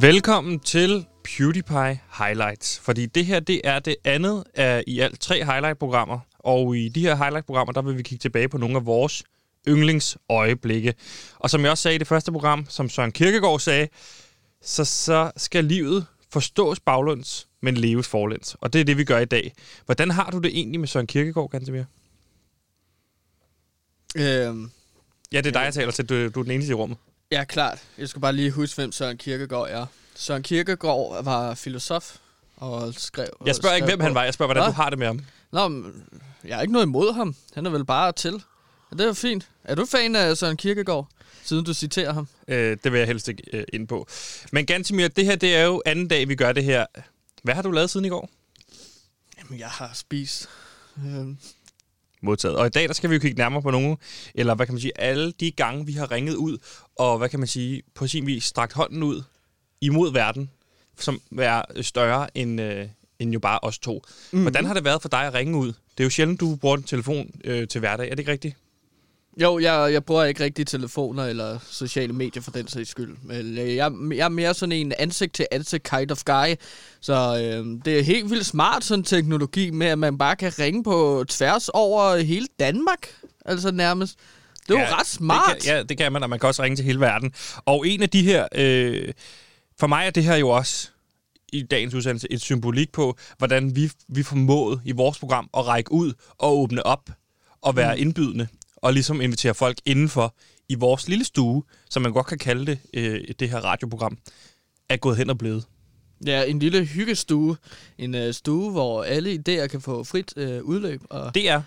Velkommen til PewDiePie Highlights, fordi det her det er det andet af i alt tre highlight-programmer, og i de her highlight-programmer, der vil vi kigge tilbage på nogle af vores yndlingsøjeblikke. Og som jeg også sagde i det første program, som Søren Kirkegaard sagde, så, så skal livet forstås bagløns, men leves forlæns. Og det er det, vi gør i dag. Hvordan har du det egentlig med Søren Kirkegaard, Gantemir? Øhm, Ja, det er dig, jeg taler til. Du, du er den eneste i rummet. ja, klart. Jeg skal bare lige huske, hvem Søren Kierkegaard er. Søren Kierkegaard var filosof og skrev... Jeg spørger ikke, skrev hvem han på- var. Jeg spørger, hvordan Hva? du har det med ham. Nå, men, jeg har ikke noget imod ham. Han er vel bare til. Ja, det er jo fint. Er du fan af Søren Kierkegaard, siden du citerer ham? Øh, det vil jeg helst ikke øh, ind på. Men Gantemir, det her det er jo anden dag, vi gør det her. Hvad har du lavet siden i går? Jamen, jeg har spist. Øhm, Modtaget. Og i dag, der skal vi jo kigge nærmere på nogle, eller hvad kan man sige, alle de gange, vi har ringet ud, og hvad kan man sige, på sin vis strakt hånden ud imod verden, som er større end, øh, end jo bare os to. Mm. Hvordan har det været for dig at ringe ud? Det er jo sjældent, du bruger en telefon øh, til hverdag. Er det ikke rigtigt? jo, jeg, jeg bruger ikke rigtig telefoner eller sociale medier for den sags skyld. Men øh, jeg, jeg er mere sådan en ansigt-til-ansigt kind of guy. Så øhm, det er helt vildt smart, sådan en teknologi med, at man bare kan ringe på tværs over hele Danmark. Altså nærmest. Det er ja, jo ret smart. Det kan, ja, det kan man, og man kan også ringe til hele verden. Og en af de her... Øh, for mig er det her jo også i dagens udsendelse et symbolik på, hvordan vi, vi formåede i vores program at række ud og åbne op og være mm. indbydende og ligesom invitere folk indenfor i vores lille stue, som man godt kan kalde det, øh, det her radioprogram, er gået hen og blevet. Ja, en lille hyggestue. En øh, stue, hvor alle idéer kan få frit øh, udløb. Og... Det er...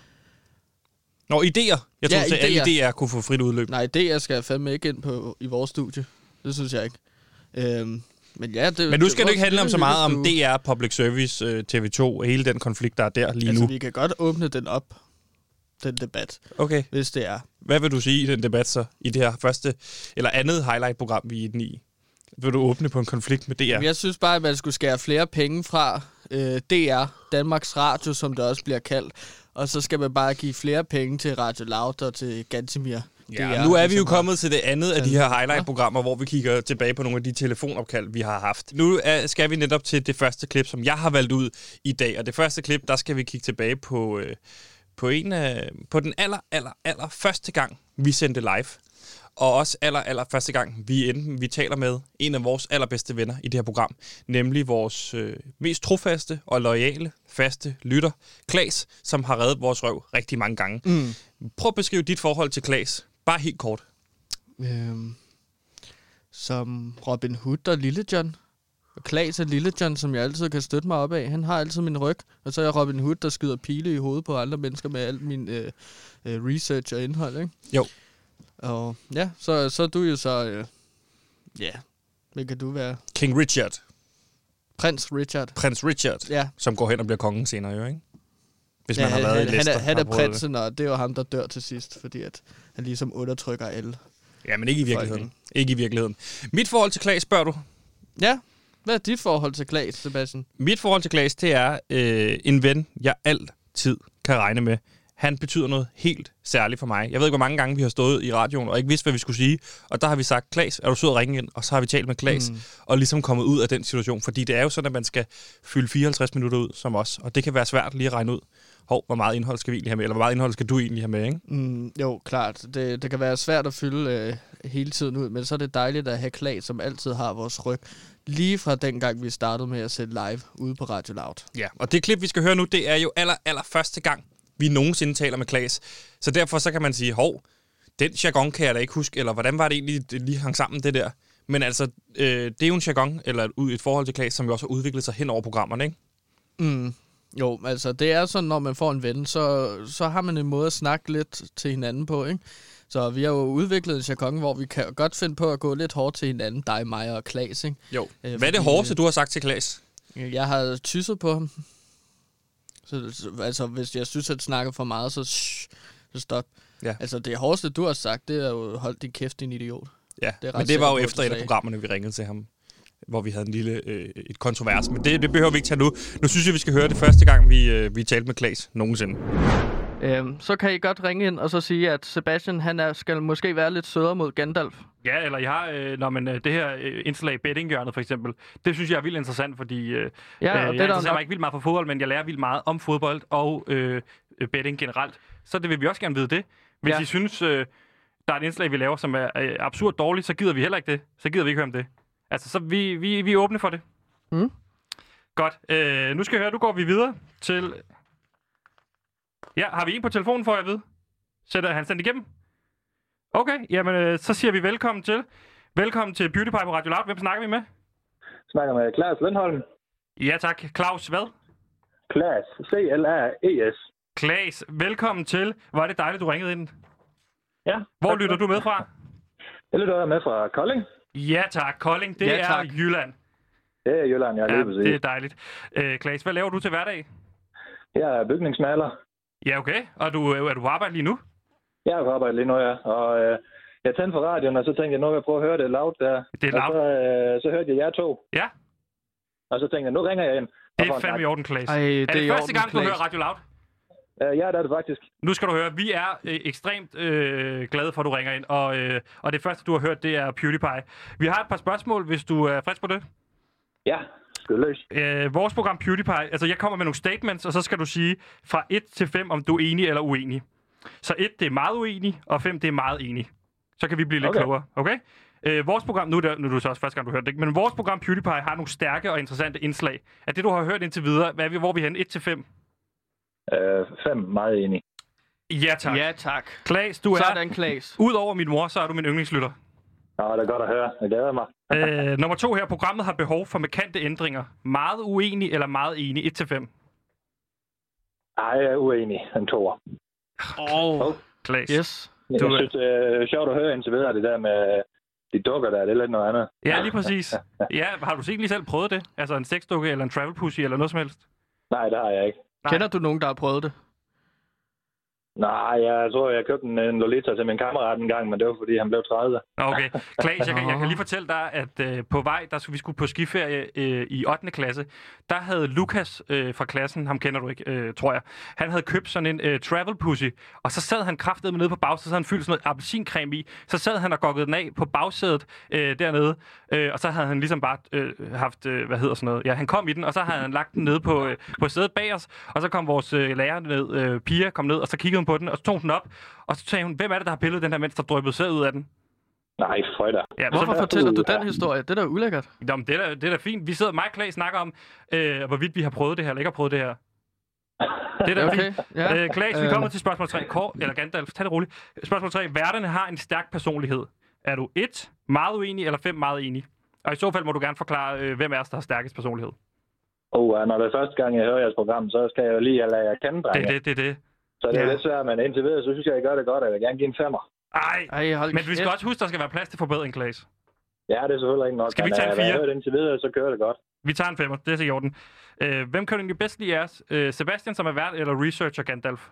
Nå, idéer. Jeg tror, Ja, ja, at alle idéer. idéer kunne få frit udløb. Nej, idéer skal jeg fandme ikke ind på i vores studie. Det synes jeg ikke. Øhm, men ja, det Men nu det skal var det ikke en handle om lille så meget om hyggestue. DR, Public Service, øh, TV2 og hele den konflikt, der er der lige Altså, nu. vi kan godt åbne den op, den debat, Okay. hvis det er. Hvad vil du sige i den debat så, i det her første, eller andet highlight-program, vi er i den i? Vil du åbne på en konflikt med DR? Ja. Jeg synes bare, at man skulle skære flere penge fra øh, DR, Danmarks Radio, som det også bliver kaldt. Og så skal man bare give flere penge til Radio Loud og til Gantemir. Ja, nu er vi jo ligesom- kommet til det andet af de her highlight-programmer, hvor vi kigger tilbage på nogle af de telefonopkald, vi har haft. Nu er, skal vi netop til det første klip, som jeg har valgt ud i dag. Og det første klip, der skal vi kigge tilbage på, øh, på, en af, på den aller, aller, aller første gang, vi sendte live. Og også aller, aller første gang, vi enten vi taler med en af vores allerbedste venner i det her program, nemlig vores øh, mest trofaste og loyale, faste lytter, Klaas, som har reddet vores røv rigtig mange gange. Mm. Prøv at beskrive dit forhold til Klaas, bare helt kort. Øhm, som Robin Hood og Lille John. Og Klaas og Lille John, som jeg altid kan støtte mig op af. Han har altid min ryg. Og så er jeg Robin Hood, der skyder pile i hovedet på andre mennesker med al min øh, øh, research og indhold, ikke? Jo. Og ja, så, så er du jo så... Øh, ja, hvad kan du være? King Richard. Prins Richard. Prins Richard, Ja. som går hen og bliver kongen senere jo, ikke? Hvis ja, man har været han, i han, Leicester. er, han har er prøvet prinsen, og det er jo ham, der dør til sidst, fordi at han ligesom undertrykker alle. det. Ja, men ikke i virkeligheden. Ikke i virkeligheden. Mit forhold til Klaas, spørger du? Ja, hvad er dit forhold til Klaas, Sebastian? Mit forhold til Klaas, det er øh, en ven, jeg altid kan regne med. Han betyder noget helt særligt for mig. Jeg ved ikke, hvor mange gange vi har stået i radioen og ikke vidst, hvad vi skulle sige. Og der har vi sagt, Klaas, er du sød at ringe ind? Og så har vi talt med Hmm. Klaas mm. og ligesom kommet ud af den situation. Fordi det er jo sådan, at man skal fylde 54 minutter ud som os. Og det kan være svært lige at regne ud. Hov, hvor meget indhold skal vi egentlig have med? Eller hvor meget indhold skal du egentlig have med? Ikke? Mm, jo, klart. Det, det kan være svært at fylde øh, hele tiden ud, men så er det dejligt at have Klag, som altid har vores ryg. Lige fra dengang, vi startede med at sætte live ude på Radio Loud. Ja, og det klip, vi skal høre nu, det er jo aller, aller første gang, vi nogensinde taler med Klaas. Så derfor så kan man sige, hov, den jargon kan jeg da ikke huske, eller hvordan var det egentlig, det lige hang sammen, det der? Men altså, øh, det er jo en jargon, eller et, ud- et forhold til Klaas, som jo også har udviklet sig hen over programmerne, ikke? Mm. Jo, altså det er sådan, når man får en ven, så, så har man en måde at snakke lidt til hinanden på, ikke? Så vi har jo udviklet en jargon, hvor vi kan godt finde på at gå lidt hårdt til hinanden, dig, mig og Klaas, ikke? Jo. Øh, Hvad er det fordi, hårdeste, øh, du har sagt til Klaas? Jeg har tysset på ham. Så, så- altså, hvis jeg synes, han snakker for meget, så, shh, så stop. Ja. Altså, det hårdeste, du har sagt, det er jo, hold din kæft, din idiot. Ja, det er det ret men det sikker var jo på, at efter du et af sagde. programmerne, vi ringede til ham, hvor vi havde en lille øh, et kontrovers. Men det, det behøver vi ikke tage nu. Nu synes jeg, vi skal høre det første gang, vi, øh, vi talte med Klaas nogensinde. Øhm, så kan I godt ringe ind og så sige, at Sebastian han er, skal måske være lidt sødere mod Gandalf. Ja, eller jeg har, øh, når man, øh, det her øh, indslag i bettinghjørnet for eksempel, det synes jeg er vildt interessant, fordi øh, Ja, og øh, det jeg er der interesserer nok- mig ikke vildt meget for fodbold, men jeg lærer vildt meget om fodbold og øh, øh, betting generelt. Så det vil vi også gerne vide det. Hvis Ja. ja. I synes, øh, der er et indslag, vi laver, som er øh, absurd dårligt, så gider vi heller ikke det. Så gider vi ikke høre om det. Altså, så vi, vi, vi er åbne for det. Mm. Godt. Øh, nu skal jeg høre, nu går vi videre til... Ja, har vi en på telefonen, får jeg at vide? Sætter han sendt igennem? Okay, jamen øh, så siger vi velkommen til. Velkommen til Beauty Pie på Radio Loud. Hvem snakker vi med? snakker med Klaas Lindholm. Ja tak, Claus hvad? Klaas, C-L-A-E-S. Klaas, velkommen til. Hvor er det dejligt, du ringede ind. Ja. Hvor lytter du med fra? Jeg lytter med fra Kolding. Ja tak, Kolding, det Ja, er tak. Jylland. Det er Jylland, jeg Ja, ja, lige det er det... dejligt. Øh, Klaas, hvad laver du til hverdag? Jeg er bygningsmaler. Ja, okay. Og du, øh, er du på arbejde lige nu? Jeg er på arbejde lige nu, ja. Og øh, jeg tændte for radioen, og så tænkte jeg, nu vil jeg prøve at høre det loud der. Det er Og så, øh, så hørte jeg jer to, Ja, og så tænkte jeg, nu ringer jeg ind. Og det får er en fandme i orden, Klaas. Ej, er det det er i første orden, gang, du Claes. hører Radio Loud? snak. Øh, ja, det er det faktisk. Nu skal du høre, vi er øh, ekstremt øh, glade for, at du ringer ind, og, øh, og det første, du har hørt, det er PewDiePie. Vi har et par spørgsmål, hvis du er frisk på det. Ja, skyld løs. øh, vores program PewDiePie, altså jeg kommer med nogle statements, og så skal du sige fra 1 til 5, om du er enig eller uenig. Så 1, det er meget uenig, og 5, det er meget enig. Så kan vi blive lidt okay. Okay. klogere, okay? Øh, vores program, nu er, det, nu er det så også første gang, du hørte det, ikke? men vores program PewDiePie har nogle stærke og interessante indslag. Er det, du har hørt indtil videre, hvad er vi, hvor er vi hen? 1 til 5? Øh, fem, meget enig. Ja tak. Ja. Ja, tak. Klaas, du er... Sådan, Klaas. Udover min mor, så er du min yndlingslytter. Nå, det er godt at høre. Jeg glæder mig. øh, nummer to her. Programmet har behov for markante ændringer. Meget uenig eller meget enig? 1-5. Ej, jeg er uenig. En toer. Åh, oh, Klaas. yes. Jeg Du er- synes, det er sjovt at høre indtil videre det der med de dukker der. Det er lidt noget andet. Ja, lige præcis. Ja, har du egentlig selv prøvet det? Altså en sexdukke eller en travel pussy eller noget som helst? Nej, det har jeg ikke. Nej. Kender du nogen, der har prøvet det? Nej, jeg tror, jeg købte en, en Lolita til min kammerat en gang, men det var, fordi han blev 30. Nå, okay. Klaas, jeg kan, jeg kan lige fortælle dig, at øh, på vej, der skulle vi skulle på skiferie øh, i 8. klasse, der havde Lukas øh, fra klassen, ham kender du ikke, øh, tror jeg, han havde købt sådan en øh, travel pussy, og så sad han kraftedeme nede på bagsædet, så havde han fyldt sådan noget appelsincreme i, så sad han og gokkede den af på bagsædet øh, dernede, øh, og så havde han ligesom bare øh, haft, øh, hvad hedder sådan noget, ja, han kom i den, og så havde han lagt den nede på, øh, på sædet bag os, og så kom vores øh, lærer ned, øh, Pia kom ned, og så kiggede hun på den, og så tog hun den op, og så sagde hun, hvem er det, der har pillet den her, mens der drøbbede sæd ud af den? Nej, føj da. Ja, Hvorfor så, fortæller du ja. den historie? Det er da ulækkert. Nå, men det, er da, det er da fint. Vi sidder, mig og Klaas snakker om, øh, hvorvidt vi har prøvet det her, eller ikke har prøvet det her. Det er da Okay, fint. ja. Øh, Klaas, vi Øh. kommer til spørgsmål 3. Kår, eller Gandalf, tag det roligt. Spørgsmål 3. Værterne har en stærk personlighed. Er du 1, meget uenig, eller 5, meget enig? Og i så fald må du gerne forklare, øh, hvem af os, der har stærkest personlighed. Oh, når det er første gang, jeg hører jeres program, så skal jeg jo lige lade jer kende, Det er drenge. det, det er det. Så det er Ja. lidt svært, men indtil videre, så synes jeg, jeg gør det godt, og jeg vil gerne give en femmer. Ej, Ej, hold men vi skal kæft. også huske, der skal være plads til forbedring, Klaas. Ja, det er selvfølgelig ikke nok. Skal vi men, tage en øh, hvad Jeg fire? hører det indtil videre, så kører det godt. Vi tager en femmer, det er så i orden. Øh, hvem kan du egentlig bedst lide af os? Øh, Sebastian, som er vært, eller researcher Gandalf?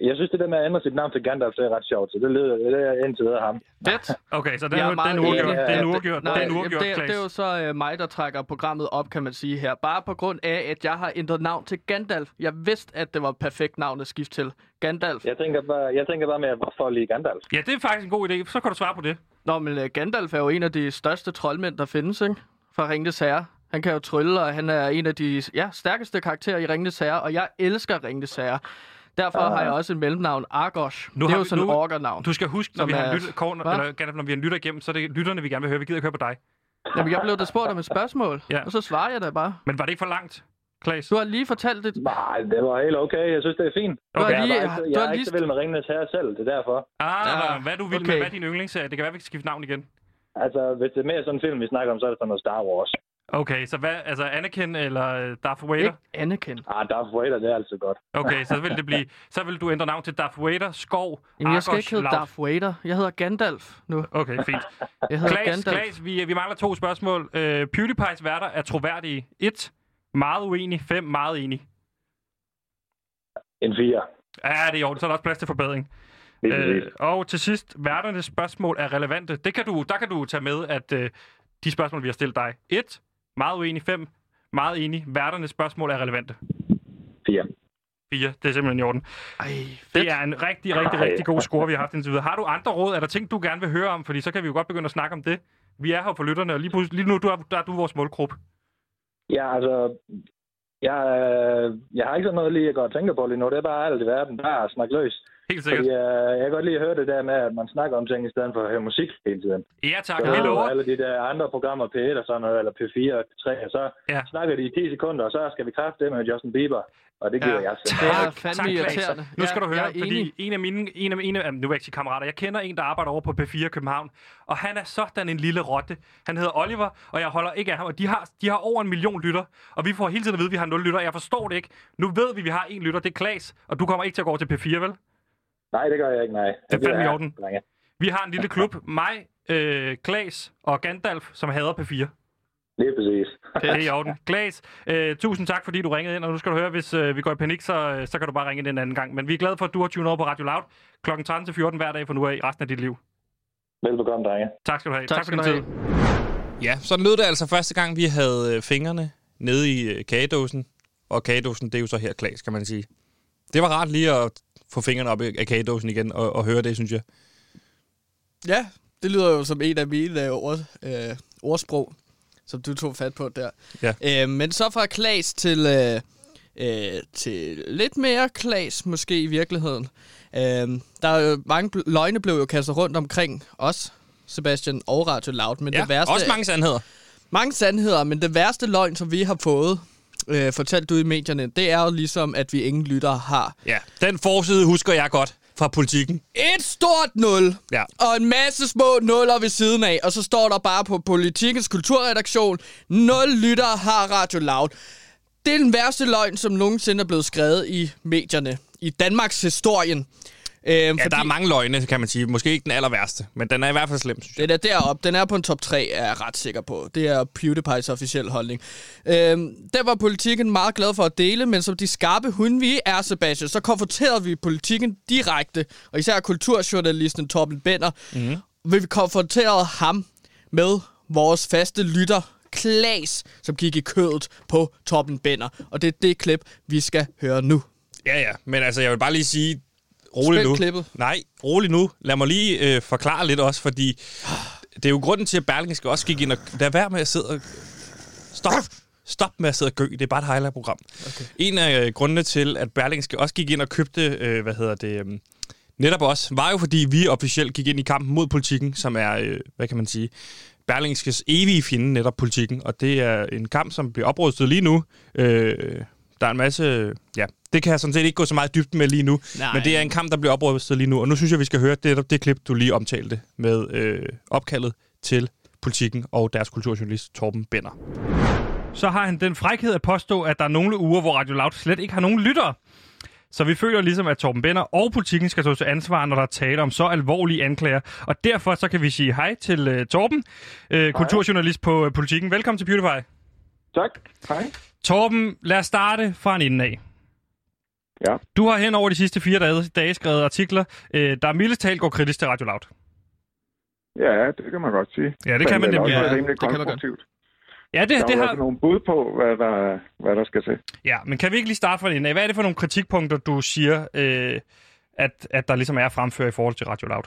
Jeg synes, det der med at ændre sit navn til Gandalf, det er ret sjovt, så det lyder det er indtil videre ham. Det. Okay, så den, Jeg er, er den meget er uafgjort. enig. Det er en Ja, uafgjort. Det øh, Nej, er en jamen, uafgjort, det, Klaas. det er jo så øh, mig, der trækker programmet op, kan man sige her. Bare på grund af, at jeg har ændret navn til Gandalf. Jeg vidste, at det var et perfekt navn at skifte til. Gandalf. Jeg tænker bare, jeg tænker bare med, hvorfor lige Gandalf? Ja, det er faktisk en god idé. Så kan du svare på det. Nå, men øh, Gandalf er jo en af de største troldmænd, der findes, ikke? Fra Ringnes Herre. Han kan jo trylle, og han er en af de ja, stærkeste karakterer i Ringnes Herre, og jeg elsker Ringnes Herre. Derfor Ah. har jeg også et mellemnavn, Argos. Nu det har er jo vi- sådan et nu- orkernavn. Du skal huske, når Som vi har er- en lytter, Kåre, Hva? eller Gandalf, når vi har en lytter igennem, så er det lytterne, vi gerne vil høre. Vi gider ikke høre på dig. Jamen, jeg blev da spurgt om et spørgsmål, Ja. ja. og så svarer jeg da bare. Men var det ikke for langt, Klaas? Du har lige fortalt det. Nej, det var helt okay. Jeg synes, det er fint. Du har Okay. Jeg er, lige, bare ikke, du jeg har er lige ikke så vild med Ringenes Herre selv, det er derfor. Ah, Ja. hvad er du vil okay. med, Okay. hvad er din yndlingsserie? Det kan være, vi kan skifte navn igen. Altså, hvis det er mere sådan en film, vi snakker om, så er det sådan noget Star Wars. Okay, så hvad, altså Anakin eller øh, Darth Vader? ikke anerkendt. Ah, Darth Vader, det er altid godt. Okay, så vil det blive, så vil du ændre navn til Darth Vader, Skov, Jamen, jeg skal Argos, ikke hedde Laut. Darth Vader. Jeg hedder Gandalf nu. Okay, fint. Jeg hedder Klaas, Gandalf. Klaas, vi, vi mangler to spørgsmål. Uh, PewDiePie's værter er troværdige. 1. Meget uenig. 5. Meget enig. En fire. Ja, det er i orden. Så er der også plads til forbedring. Lige præcis. Øh, og til sidst, værternes spørgsmål er relevante. Det kan du, der kan du tage med, at øh, de spørgsmål, vi har stillet dig. 1. Meget uenig. 5. Meget enig. Værternes spørgsmål er relevante. Fire. 4. Det er simpelthen i orden. Ej, Det er en rigtig, rigtig, Ej. rigtig god score, vi har haft indtil videre. Har du andre råd? Er der ting, du gerne vil høre om? Fordi så kan vi jo godt begynde at snakke om det. Vi er her for lytterne, og lige, pludselig- lige nu du er, der er du vores målgruppe. Ja, altså... Jeg, øh, jeg har ikke sådan noget lige at gå og tænke på lige nu. Det er bare alt i verden. Bare snak løs. Helt sikkert. Fordi, øh, jeg kan godt lide at høre det der med, at man snakker om ting, i stedet for at høre musik hele tiden. Ja tak, Så vi hører du lover. alle de der andre programmer, P1 og sådan noget, eller P4 og P3, og så Ja. snakker de i 10 sekunder, og så skal vi kræfte det med Justin Bieber. Og det giver Ja. ja. jeg selv. Det er Tak, fandme tak, Claes. irriterende. Nu skal Ja, du høre, jeg er fordi enig. en af mine, en af mine, jamen, nu er jeg ikke sige kammerater, jeg kender en, der arbejder over på P4 København, og han er sådan en lille rotte. Han hedder Oliver, og jeg holder ikke af ham, og de har, de har over en million lytter, og vi får hele tiden at vide, at vi har nul lytter, jeg forstår det ikke. Nu ved vi, at vi har en lytter, det er Klaas, og du kommer ikke til at gå over til P4, vel? Nej, det gør jeg ikke, nej. Det er fandme i orden. Drenge. Vi har en lille klub, mig, øh, Klaas og Gandalf, som hader P4. Lige præcis. Det er i orden. Klaas, øh, tusind tak, fordi du ringede ind, og nu skal du høre, hvis øh, vi går i panik, så, øh, så kan du bare ringe ind en anden gang. Men vi er glade for, at du har tunet over på Radio Loud kl. 13-14 hver dag for nu af i resten af dit liv. Velbekomme, drenge. Tak skal du have. Tak for skal din du tid. have. Ja, sådan lød det altså første gang, vi havde øh, fingrene nede i øh, kagedåsen. Og kagedåsen, det er jo så her klags, kan man sige. Det var rart lige at få fingrene op i- af kagedåsen igen og, og høre det, synes jeg. Ja, det lyder jo som en af mine øh, ord, øh, ordsprog, som du tog fat på der. Ja. Øh, men så fra Klas til, øh, øh, til lidt mere Klas måske i virkeligheden. Øh, der er jo mange bl- løgne blev jo kastet rundt omkring os, Sebastian og Radio Loud, men Ja, det værste... også mange sandheder. Mange sandheder, men det værste løgn, som vi har fået øh, fortalt ud i medierne, det er jo ligesom, at vi ingen lytter har. Ja, den forside husker jeg godt fra politikken. Et stort nul, Ja. og en masse små nuller ved siden af, og så står der bare på Politikens kulturredaktion, nul lyttere har Radio Loud. Det er den værste løgn, som nogensinde er blevet skrevet i medierne, i Danmarks historien. Øh, ja, Ja, der er mange løgne, kan man sige. Måske ikke den aller værste, men den er i hvert fald slem, synes jeg. Den er deroppe. Den er på en top 3, er jeg ret sikker på. Det er PewDiePie's officielle holdning. Øhm, den var politikken meget glad for at dele, men som de skarpe hunde vi er, Sebastian, så konfronterede vi politikken direkte, og især kulturjournalisten Torben Bender, mm. vi konfronterede ham med vores faste lytter, Klaas, som gik i kødet på Torben Bender. Og det er det klip, vi skal høre nu. Ja, ja. Men altså, jeg vil bare lige sige, rolig Spil nu. klippet. Nej, rolig nu. Lad mig lige øh, forklare lidt også, fordi det er jo grunden til, at Berlingske også gik ind og... Lad være med at sidde og... Stop! Stop med at sidde og gø. Det er bare et highlight-program. Okay. En af øh, grundene til, at Berlingske også gik ind og købte, øh, hvad hedder det... Øh, netop os, var jo fordi vi officielt gik ind i kampen mod politikken, som er, øh, hvad kan man sige, Berlingskes evige fjende, netop politikken. Og det er en kamp, som bliver oprustet lige nu. Øh, der er en masse... Ja, det kan jeg sådan set ikke gå så meget i dybden med lige nu. Nej. Men det er en kamp, der bliver oprustet lige nu. Og nu synes jeg, vi skal høre det, det klip, du lige omtalte med øh, opkaldet til politikken og deres kulturjournalist Torben Bender. Så har han den frækhed at påstå, at der er nogle uger, hvor Radio Loud slet ikke har nogen lyttere. Så vi føler ligesom, at Torben Bender og politikken skal stå til ansvar, når der er tale om så alvorlige anklager. Og derfor så kan vi sige hej til uh, Torben, uh, kulturjournalist på uh, politikken. Velkommen til Beautify. Tak. Hej. Torben, lad os starte fra en ende af. Ja. Du har hen over de sidste fire dage, dage skrevet artikler, øh, der mildest talt går kritisk til Radio Loud. Ja, det kan man godt sige. Ja, det kan man Men øh, nemlig. Det er Ja, også rimelig det kan man godt. konstruktivt. Ja, det, Der det er jo har... altså nogle bud på, hvad der, hvad der skal til. Ja, men kan vi ikke lige starte fra en ende af? Hvad er det for nogle kritikpunkter, du siger, øh, at, at der ligesom er at fremføre i forhold til Radio Loud?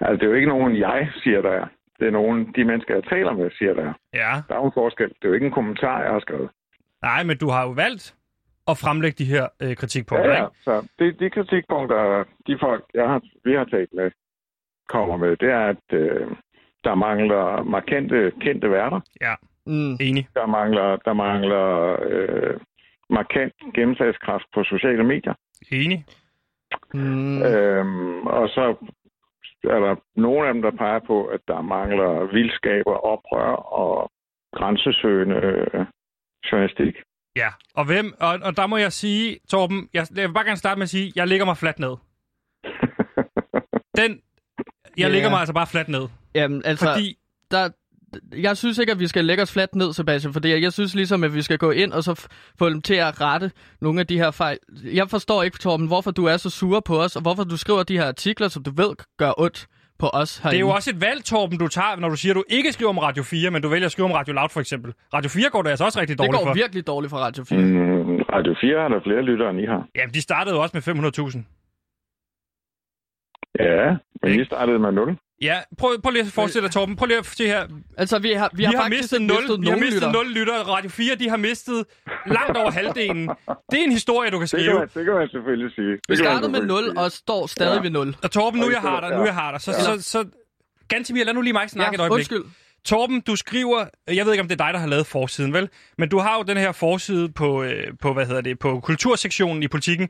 Altså, det er jo ikke nogen, jeg siger, der er. Det er nogen, de mennesker, jeg taler med, siger, der er. Ja. Der er jo en forskel. Det er jo ikke en kommentar, jeg har skrevet. Nej, men du har jo valgt at fremlægge de her øh, kritikpunkter, ja, ja. ikke? Så det, de kritikpunkter, de folk, jeg har, vi har talt med, kommer med, det er, at øh, der mangler markante kendte værter. Mm. Enig. Der mangler, der mangler øh, markant gennemslagskraft på sociale medier. Enig. Mm. Øhm, og så er der nogle af dem, der peger på, at der mangler vildskaber, oprør og grænsesøgende øh, journalistik. Ja. Og hvem... Og, og der må jeg sige, Torben, jeg, jeg vil bare gerne starte med at sige, jeg ligger mig fladt ned. Den... Jeg Ja. ligger mig altså bare fladt ned. Jamen, altså... Fordi... der, jeg synes ikke, at vi skal lægge os fladt ned, Sebastian, fordi jeg synes ligesom, at vi skal gå ind og så f- få dem til at rette nogle af de her fejl. Jeg forstår ikke, Torben, hvorfor du er så sur på os, og hvorfor du skriver de her artikler, som du ved gør ondt på os herinde. Det er jo også et valg, Torben, du tager, når du siger, at du ikke skriver om Radio 4, men du vælger at skrive om Radio Loud, for eksempel. Radio 4 går det altså også rigtig det dårligt går for. virkelig dårligt for Radio 4. Mm, Radio 4 har der flere lyttere, end I har. Jamen, de startede jo også med 500.000. Ja, men Ikke? I startede med 0. Ja, prøv, prøv lige at forestille dig, Torben. Prøv lige at se her. Vi, Altså, vi har, vi har, har, faktisk mistet 0, ikke mistet vi har nogen mistet lyttere. 0 lyttere. Radio 4, de har mistet langt over halvdelen. Det er en historie, du kan Det kan, skrive. man, det kan man selvfølgelig sige. Det Vi kan man startede med selvfølgelig 0 sige. og står stadig Ja. ved 0. Og Torben, nu Og i jeg har dig, stedet- nu ja. jeg har dig. Så, så, så, Gantimir, lad nu lige mig snakke et øjeblik. undskyld. Torben, du skriver, jeg ved ikke om det er dig, der har lavet forsiden, vel? Men du har jo den her forside på, øh, på hvad hedder det, på kultursektionen i politikken,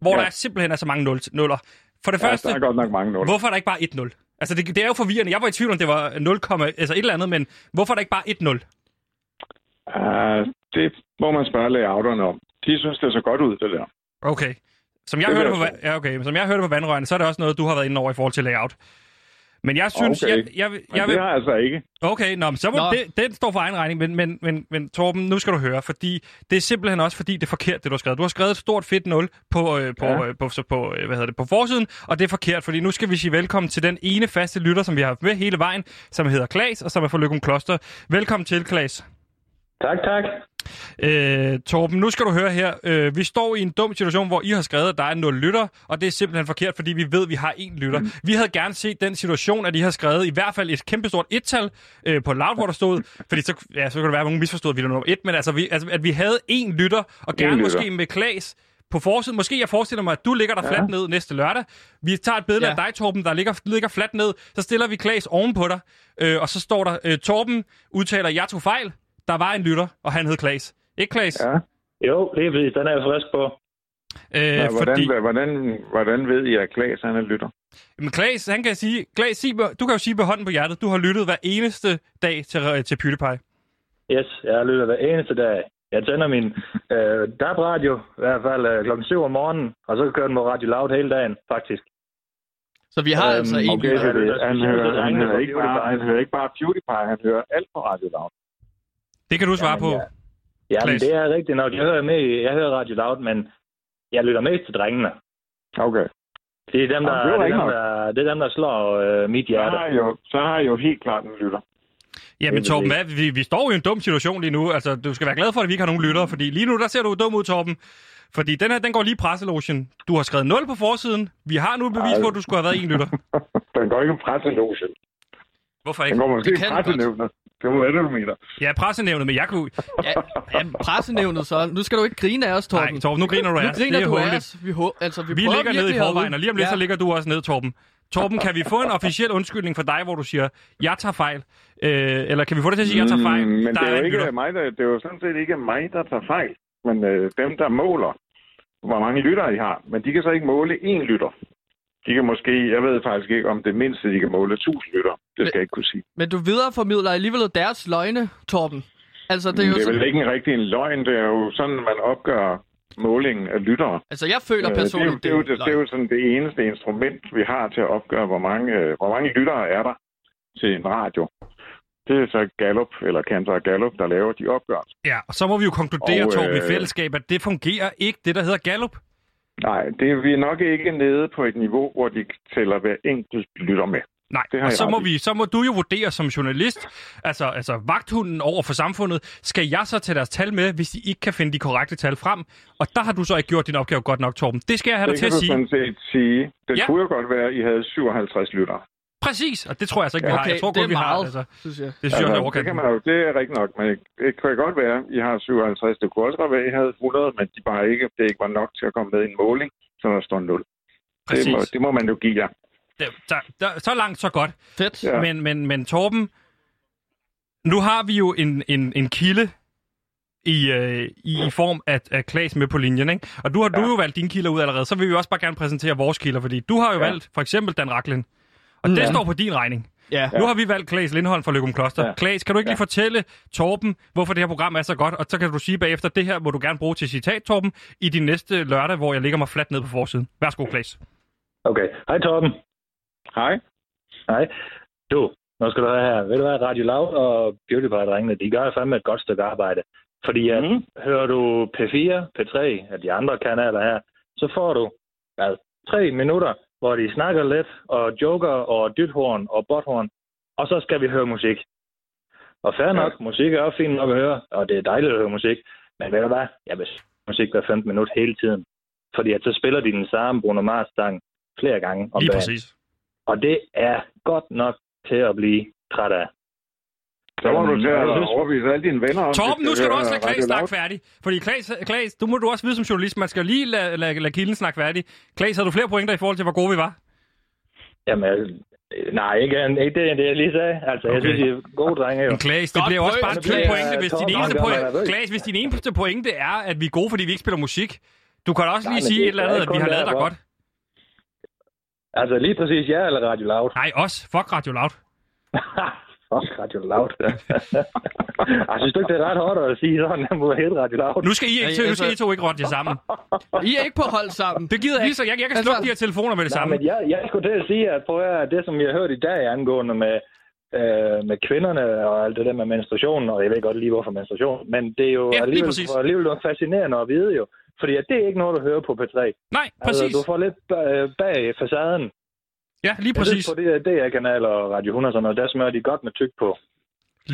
hvor ja. Ja. der er simpelthen er så mange nul- nuller. For det Ja, første, der er godt nok mange 0. hvorfor er der ikke bare 1-0? Altså, det, det er jo forvirrende. Jeg var i tvivl om, det var 0, komma- altså et eller andet, men hvorfor er der ikke bare 1-0? Uh, det må man spørge layouterne om. De synes, det er så godt ud, det der. Okay. Som jeg, Det vil hørte på, jeg va- ja, okay. Som jeg hørte på vandrørene, så er det også noget, du har været inde over i forhold til layout. Men jeg synes... Okay. Jeg, jeg, jeg, Men jeg, det har jeg altså ikke. Okay, nå, men så må Nå. Det, den står for egen regning, men, men, men, men Torben, nu skal du høre, fordi det er simpelthen også fordi, det er forkert, det du har skrevet. Du har skrevet et stort fedt 0 på, øh, på, Ja. ja. øh, på, så på, øh, hvad hedder det, på forsiden, og det er forkert, fordi nu skal vi sige velkommen til den ene faste lytter, som vi har haft med hele vejen, som hedder Klaas, og som er fra Løgum Kloster. Velkommen til, Klaas. Tak, tak. Øh, Torben, nu skal du høre her. Øh, vi står i en dum situation, hvor I har skrevet, at der er 0 lytter, og det er simpelthen forkert, fordi vi ved, at vi har én lytter. Mm. Vi havde gerne set den situation, at I har skrevet i hvert fald et kæmpestort et-tal øh, på loud, hvor der stod, fordi så, ja, så kunne det være, at nogen misforstod, at vi var nummer et, men altså, vi, altså, at vi havde én lytter, og gerne lytter. måske med Klaas på forsiden. Måske jeg forestiller mig, at du ligger der ja. fladt ned næste lørdag. Vi tager et billede ja. Ja. af dig, Torben, der ligger, ligger fladt ned. Så stiller vi Klaas ovenpå dig, øh, og så står der, øh, Torben udtaler, jeg tog fejl. Der var en lytter, og han hed Klaas. Ikke Klaas? Ja. Jo, lige præcis. Den er jeg frisk på. Øh, Men hvordan, fordi, fordi... hvordan, hvordan ved I, at Klaas han er lytter? men Klaas, han kan sige, Klaas, sig, med- du kan jo sige med hånden på hjertet, du har lyttet hver eneste dag til, til PewDiePie. Yes, jeg lytter hver eneste dag. Jeg tænder min øh, DAB-radio, i hvert fald øh, klokken 7 om morgenen, og så kører den på Radio Loud hele dagen, faktisk. Så vi har Øhm, altså en Okay, lytter. så det, han, Ja, det hører, er han, han, hører der ikke er bare, PewDiePie. han hører ikke bare PewDiePie, han hører alt på Radio Loud. Det kan du svare på. Jamen, Ja, men Klaas. det er rigtigt nok. Jeg hører, med, i- jeg hører Radio Loud, men jeg lytter mest til drengene. Okay. Det er dem, Jamen, der, det er det er ikke dem, nok. der, det er dem, der slår øh, mit Så hjerte. har, jeg jo, så har jeg jo helt klart en lytter. Jamen Torben, hvad, vi, vi står jo i en dum situation lige nu. Altså, du skal være glad for, at vi ikke har nogen lyttere, fordi lige nu, der ser du dum ud, Torben. Fordi den her, den går lige i presselogen. Du har skrevet 0 på forsiden. Vi har nu et bevis Ej. på, at du skulle have været en lytter. Den går ikke i presselogen. Hvorfor Den ikke? går måske Det i kan den pressenævnet. Det må være det, du mener. Ja, pressenævnet, men jeg kunne... Ja, ja, pressenævnet så. Nu skal du ikke grine af os, Torben. Nej, Torben, nu griner du af nu os. griner Det er du hånligt. af os. Vi, hå- altså, vi, Vi prøver ligger nede i virkelig herude. forvejen, og lige om lidt, ja. så ligger du også ned, Torben. Torben, kan vi få en officiel undskyldning fra dig, hvor du siger, jeg tager fejl? Øh, eller kan vi få dig til at sige, jeg tager fejl? Mm, men det der er, jo en ikke lytter. mig, der, det er jo sådan set ikke mig, der tager fejl. Men øh, dem, der måler, hvor mange lyttere de har. Men de kan så ikke måle én lytter. De kan måske, jeg ved faktisk ikke, om det mindste, de kan måle 1000 lytter. Det skal jeg ikke kunne sige. Men du videreformidler alligevel deres løgne, Torben. Altså, det Det er er, jo det er sådan, vel ikke en rigtig en løgn. Det er jo sådan, man opgør målingen af lyttere. altså, jeg føler Øh, det, er jo, personligt, det, er jo, løgn. det, det er jo sådan det eneste instrument, vi har til at opgøre, hvor mange, øh, hvor mange lyttere er der til en radio. Det er så Gallup, eller Kantar Gallup, der laver de opgørelser. Ja, og så må vi jo konkludere, og, Og, Torben, i øh, fællesskab, at det fungerer ikke, det der hedder Gallup. Nej, det, vi er nok ikke nede på et niveau, hvor de tæller hver enkelt lytter med. Nej, Det har og I så ret må, i. vi, så må du jo vurdere som journalist, altså, altså vagthunden over for samfundet, skal jeg så tage deres tal med, hvis de ikke kan finde de korrekte tal frem? Og der har du så ikke gjort din opgave godt nok, Torben. Det skal jeg have dig Det til kan at du sige. sådan set sige. Det Ja. ja. kunne jo godt være, at I havde 57 lyttere. Præcis, og det tror jeg så ikke, vi har. Jeg tror det godt, er vi har. meget, Altså, synes jeg. det synes jeg også er det, kan overkanten. man jo, det er rigtigt nok. Men det kan jo godt være, at I har 57. Det kunne også godt være, at I havde 100, men de bare ikke, det ikke var nok til at komme med i en måling, så der står 0. Det må, Præcis. det må man jo give jer. Det- Så, der, så langt, så godt. Fedt. Ja. Men, men, men Torben, nu har vi jo en, en, en kilde i, øh, i, i form af, af Klaas med på linjen, ikke? Og du har ja. du har jo valgt dine kilder ud allerede, så vil vi jo også bare gerne præsentere vores kilder, fordi du har jo ja. Ja. valgt for eksempel Dan Raklin, og det står på din regning. Ja. Nu har vi valgt Klaas Lindholm fra Løgum Kloster. Ja. Ja. Klaas, kan du ikke ja. lige fortælle Torben, hvorfor det her program er så godt, og så kan du sige bagefter, det her må du gerne bruge til citat, Torben, i din næste lørdag, hvor jeg ligger mig fladt ned på forsiden. Værsgo, Klaas. Okay. Hej, Torben. Hej. Hej. Du, nu skal du høre her. Ved du hvad, Radio Loud og PewDiePie-drengene, de gør fandme et godt stykke arbejde. Fordi at, mm. Mhm. hører du P4, P3 og de andre kanaler her, så får du hvad, tre minutter, hvor de snakker lidt og joker og dythorn og bothorn. Og så skal vi høre musik. Og fair Ja. nok, musik er også fint nok at høre, og det er dejligt at høre musik. Men ved du hvad, jeg vil musik hver 15 minut hele tiden. Fordi at så spiller de den samme Bruno Mars-sang flere gange om Lige dagen. præcis. Og det er godt nok til at blive træt af. Så må du til at Jeg synes- overbevise alle dine venner om... øh, Torben, nu skal du også lade Klaas Klaas snakke færdig. Fordi Klaas, Klaas, du må du også vide som journalist, man skal lige lade, lade, lade kilden snakke færdig. Klaas, havde du flere pointer i forhold til, hvor gode vi var? Jamen, øh, nej, ikke, an- ikke det, det, jeg lige sagde. Altså, okay. jeg Okay. synes, I er gode drenge, jo. Men Klaas, det Godt bliver også bare point. to Det er pointe, hvis din Torben, eneste der var pointe, nervøs. Klaas, hvis din eneste pointe er, at vi er gode, fordi vi ikke spiller musik. Du kan da også Nej, lige men sige det et er eller andet, at ikke vi kun har lavet dig derfor. godt. Altså, lige præcis jer eller Radio Loud. Nej, os. Fuck Radio Loud. Fuck Radio Loud. jeg synes du ikke, det er ret hårdt at sige sådan mod hele Radio Loud. Nu skal I, ikke, Ej, nu skal I altså- to ikke rådte jer sammen. I er ikke på hold sammen. Det gider jeg ikke, så jeg, jeg kan Altså- slukke de her telefoner med det Nej, samme. men jeg, jeg skulle til at sige, at prøv at høre, det, som vi har hørt i dag angående med, øh, med kvinderne og alt det der med menstruation, og jeg ved godt lige, hvorfor menstruation, men det er jo Ja, lige alligevel, præcis. alligevel noget fascinerende at vide jo. Fordi at det er ikke noget, du hører på P3. Nej, Altså, præcis. du får lidt ba- bag facaden. Ja, Jeg lige præcis. Ved, på det der DR-kanal og Radio 100 og sådan noget, der smører de godt med tyk på.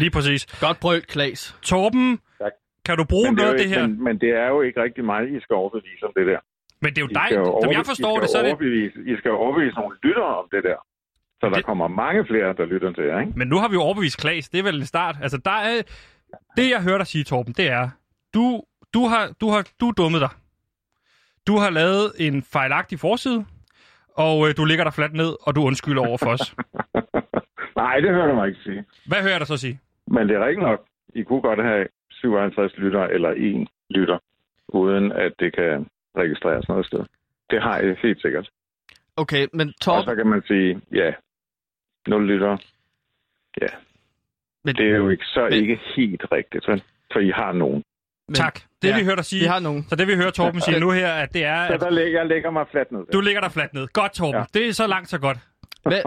Lige præcis. Godt brølt, Klaas. Torben, Tak. kan du bruge Men det, er noget jo af det ikke, her? men, men det er jo ikke rigtig meget, I skal overbevise om det der. Men det er jo I dig. skal jo Som jeg overbevise- forstår I det, så skal er det... overbevise, I skal jo overbevise nogle lyttere om det der. Så der Det- kommer mange flere, der lytter til jer, ikke? Men nu har vi jo overbevist Klaas. Det er vel en start. Altså, der er... Det, jeg hører dig sige, Torben, det er... Du, du har, du har du er dummet dig. Du har lavet en fejlagtig forside, og øh, du ligger dig fladt ned, og du undskylder over for os. Nej, det hører du mig ikke sige. Hvad hører jeg dig så sige? Men det er rigtigt nok. I kunne godt have 57 lytter eller en lytter, uden at det kan registreres noget sted. Det har I helt sikkert. Okay, men Og Torben... så kan man sige, ja, nul lytter. Ja. Men- Men, det er jo ikke, så men- men, ikke helt rigtigt, vel? For I har nogen. Men, tak. Det, ja, vi hører dig sige... vi har nogen. Så det, vi hører Torben sige nu her, at det er... Så At der lægger, jeg lægger mig fladt ned. altså- du ligger dig fladt ned. Godt, Torben. Ja. Det er så langt, så godt. Hvad,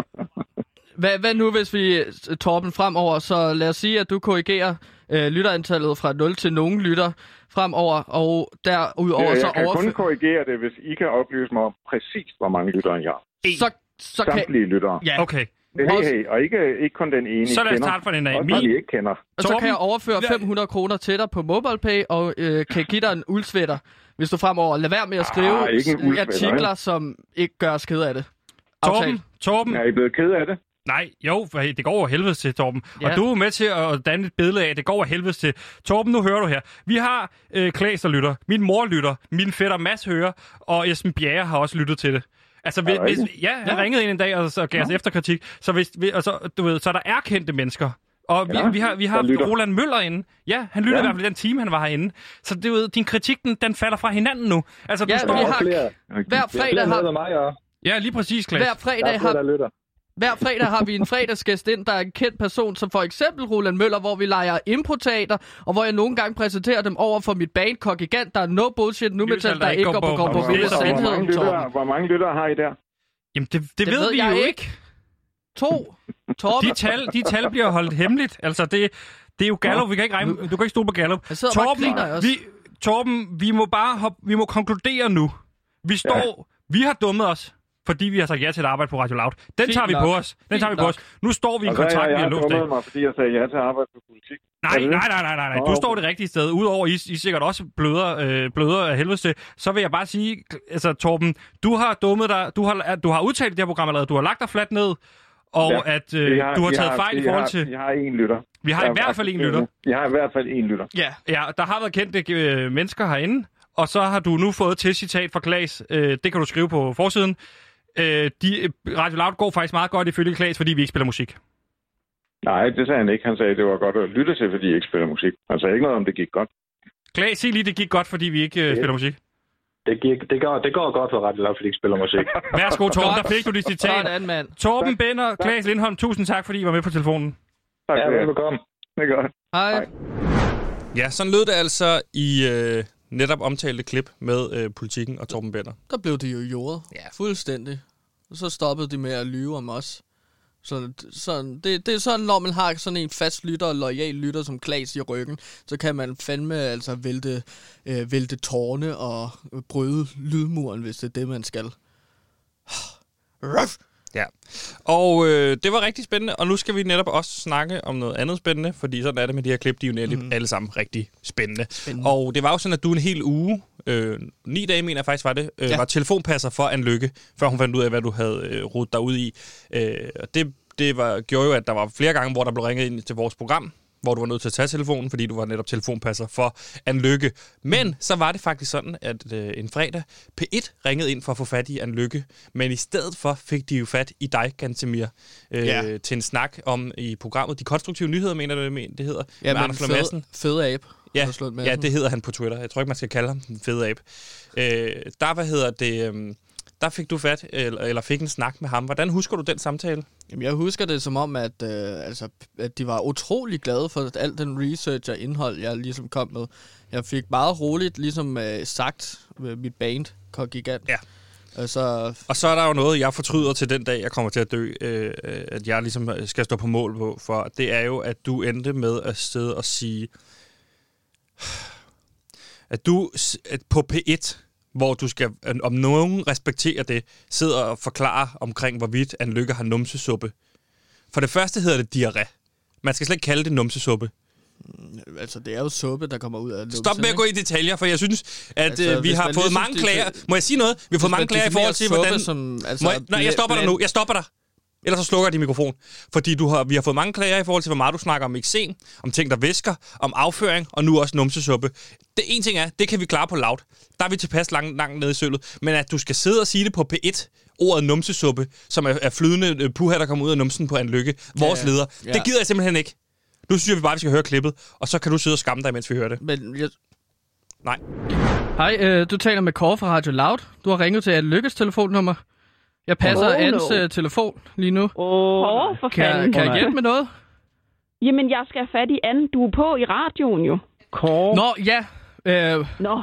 hvad, hvad nu, hvis vi, øh, Torben, fremover, så lad os sige, at du korrigerer øh, lytterantallet fra 0 til nogen lytter fremover, og Ja, derudover så jeg kan kun overfør... korrigere det, hvis I kan oplyse mig om præcis, hvor mange lyttere I har. Så, så kan, Samtlige lyttere. ja, okay. Okay. Hey, Også- hey, og ikke, ikke kun den ene, Så I lad os kender. starte fra den af. Også, Min- Min... I ikke kender. og så Torben, kan jeg overføre hvad- 500 kroner til dig på MobilePay, og øh, kan give dig en uldsvætter, hvis du fremover lader være med at skrive Ah, ikke en ah, uldsvætter, artikler, som ikke gør os kede af det. Torben, Aftale. Torben, Er I blevet ked af det? Nej, jo, for det går over helvedes til, Torben. Ja. Ja. Og du er med til at danne et billede af, at det går over helvedes til. Torben, nu hører du her. Vi har øh, Klaas, der lytter. Min mor lytter. Min fætter Mads hører. Og Esben Bjerre har også lyttet til det. Altså, hvis, der hvis, rigtigt? ja, han ringede ind en dag og så gav os efterkritik. Så, hvis, vi- og så, du ved, så der er kendte mennesker. Og vi, Ja, vi har, vi har der haft lytter. Roland Møller inde. Ja, han lyttede Ja. ja. i hvert fald i den time, han var herinde. Så det, er jo- din kritik, den, den falder fra hinanden nu. Altså, du Ja, står... vi Der har- er flere, Hver der er flere fredag med har, mig, og Ja, lige præcis, Klaas. hver der fredag er flere, har der lytter. Hver fredag har vi en fredagsgæst ind, der er en kendt person, som for eksempel Roland Møller, hvor vi leger improteater, og hvor jeg nogle gange præsenterer dem over for mit band Kogigant, der er no bullshit nu metal, der ikke går på går på Det er Hvor, vildt hvor, så hvor, mange sandheden, lyttere, Torben. hvor mange lyttere har I der? Jamen, det, det, det ved, ved vi jeg jo ikke. ikke. To. Torben. De tal, de tal bliver holdt hemmeligt. Altså, det, det er jo Gallup. Vi kan ikke regne, du kan ikke stole på Gallup. Jeg sidder bare og griner, jeg også. vi, Torben, vi må bare hop, vi må konkludere nu. Vi står, ja. vi har dummet os, fordi vi har sagt ja til at arbejde på Radio Loud. Den Fint tager vi nok. på os. Den Fint tager vi på nok. os. Nu står vi i en Og så har jeg, kontrakt, vi har jeg låst af. dummet mig, fordi jeg sagde ja til at arbejde på politik. Nej, Er det nej, det? nej, nej, nej, nej. Nå, Du okay. står det rigtige sted. Udover I, I sikkert også bløder, øh, bløder af helvede til. Så vil jeg bare sige, altså Torben, du har dummet dig, du har, du har udtalt i det her program allerede, du har lagt dig fladt ned, og ja, Ja. at øh, I du har I taget fejl i I forhold har, til... I har en lytter. Vi har i hvert fald en altså, lytter. I har i hvert fald en lytter. Ja. Ja, der har været kendte øh, mennesker herinde, og så har du nu fået til citat fra Klaas. Øh, det kan du skrive på forsiden. Øh, de, øh, Radio Loud går faktisk meget godt ifølge Klaas, fordi vi ikke spiller musik. Nej, det sagde han ikke. Han sagde, at det var godt at lytte til, fordi I ikke spiller musik. Han sagde ikke noget om, det gik godt. Klaas, sig lige, det gik godt, fordi vi ikke øh, spiller musik. Det, gik, det, går, det går godt for Radio Loud, fordi de ikke spiller musik. Værsgo, Torben, der Godt. fik du dit citat. Sådan, mand. Torben Bender, Klaas Lindholm, tusind tak, fordi I var med på telefonen. Tak ja, for det. velbekomme. Det er godt. Hej. Ja, sådan lød det altså i øh, netop omtalte klip med øh, politikken og Torben Bender. Der blev det jo jordet. Ja. Fuldstændig. Og så stoppede de med at lyve om os. Så, sådan, det, det er sådan, når man har sådan en fast lytter og lojal lytter som Klaas i ryggen, så kan man fandme altså vælte, øh, vælte tårne og bryde lydmuren, hvis det er det, man skal. Ruff! Ja, og øh, det var rigtig spændende, og nu skal vi netop også snakke om noget andet spændende, fordi sådan er det med de her klip, de er jo netop mm. alle sammen rigtig spændende. spændende. Og det var jo sådan, at du en hel uge øh, ni dage, mener jeg faktisk var det, øh, Ja. ja. var telefonpasser for Anne Lykke, før hun fandt ud af, hvad du havde øh, rodet dig ud i. Øh, og det, det var, gjorde jo, at der var flere gange, hvor der blev ringet ind til vores program, hvor du var nødt til at tage telefonen, fordi du var netop telefonpasser for Anne Lykke. Mm. Men så var det faktisk sådan, at øh, en fredag P1 ringede ind for at få fat i Anne Lykke, men i stedet for fik de jo fat i dig, Gantemir, øh, Ja. ja. til en snak om i programmet De Konstruktive Nyheder, mener du, det det hedder, Ja, med Anders Lund Madsen. fede, fede abe. Ja, Anders Lund ja, Madsen. det hedder han på Twitter. Jeg tror ikke, man skal kalde ham den fede abe. Øh, der, hvad hedder det, øhm, der fik du fat, eller, eller fik en snak med ham. Hvordan husker du den samtale? Jamen, jeg husker det som om, at, øh, altså, at de var utrolig glade for al den research og indhold, jeg ligesom kom med. Jeg fik meget roligt ligesom øh, sagt med mit band, Kok Gigant. Ja. Og så, Og så er der jo noget, jeg fortryder til den dag, jeg kommer til at dø, øh, øh, at jeg ligesom skal stå på mål på, for det er jo, at du endte med at sidde og sige, at du s- at på P1, hvor du skal, øh, om nogen respekterer det, sidder og forklarer omkring, hvorvidt Anne Lykke har numsesuppe. For det første hedder det diarré. Man skal slet ikke kalde det numsesuppe. altså, det er jo suppe, der kommer ud af numsen, Stop med at gå i detaljer, for jeg synes, at Altså, altså, øh, vi hvis har man fået ligesom mange det- klager. Må jeg sige noget? Vi har fået mange klager i forhold til, hvordan... Som, altså, Må jeg, nej, jeg stopper dig nu. Jeg stopper dig. Ellers så slukker jeg din mikrofon. Fordi du har, vi har fået mange klager i forhold til, hvor meget du snakker om eksem, om ting, der væsker, om afføring, og nu også numsesuppe. Det ene ting er, det kan vi klare på loud. Der er vi tilpas langt, langt nede i sølet. Men at du skal sidde og sige det på P1, ordet numsesuppe, som er, er flydende øh, puha, der kommer ud af numsen på en lykke, vores Ja, ja, ja. ja. leder, Ja. det gider jeg simpelthen ikke. Nu synes jeg, vi bare vi skal høre klippet, og så kan du sidde og skamme dig, mens vi hører det. Men jeg, Nej. Hej, øh, du taler med Kåre fra Radio Loud. Du har ringet til at Lykkes telefonnummer. Jeg passer oh, Åh, Ans no. øh, telefon lige nu. Oh, Åh, for kan, fanden. kan jeg jeg... hjælpe med noget? Jamen, jeg skal have fat i Anne. Du er på i radioen jo. Oh. Nå, ja. Øh, Nå.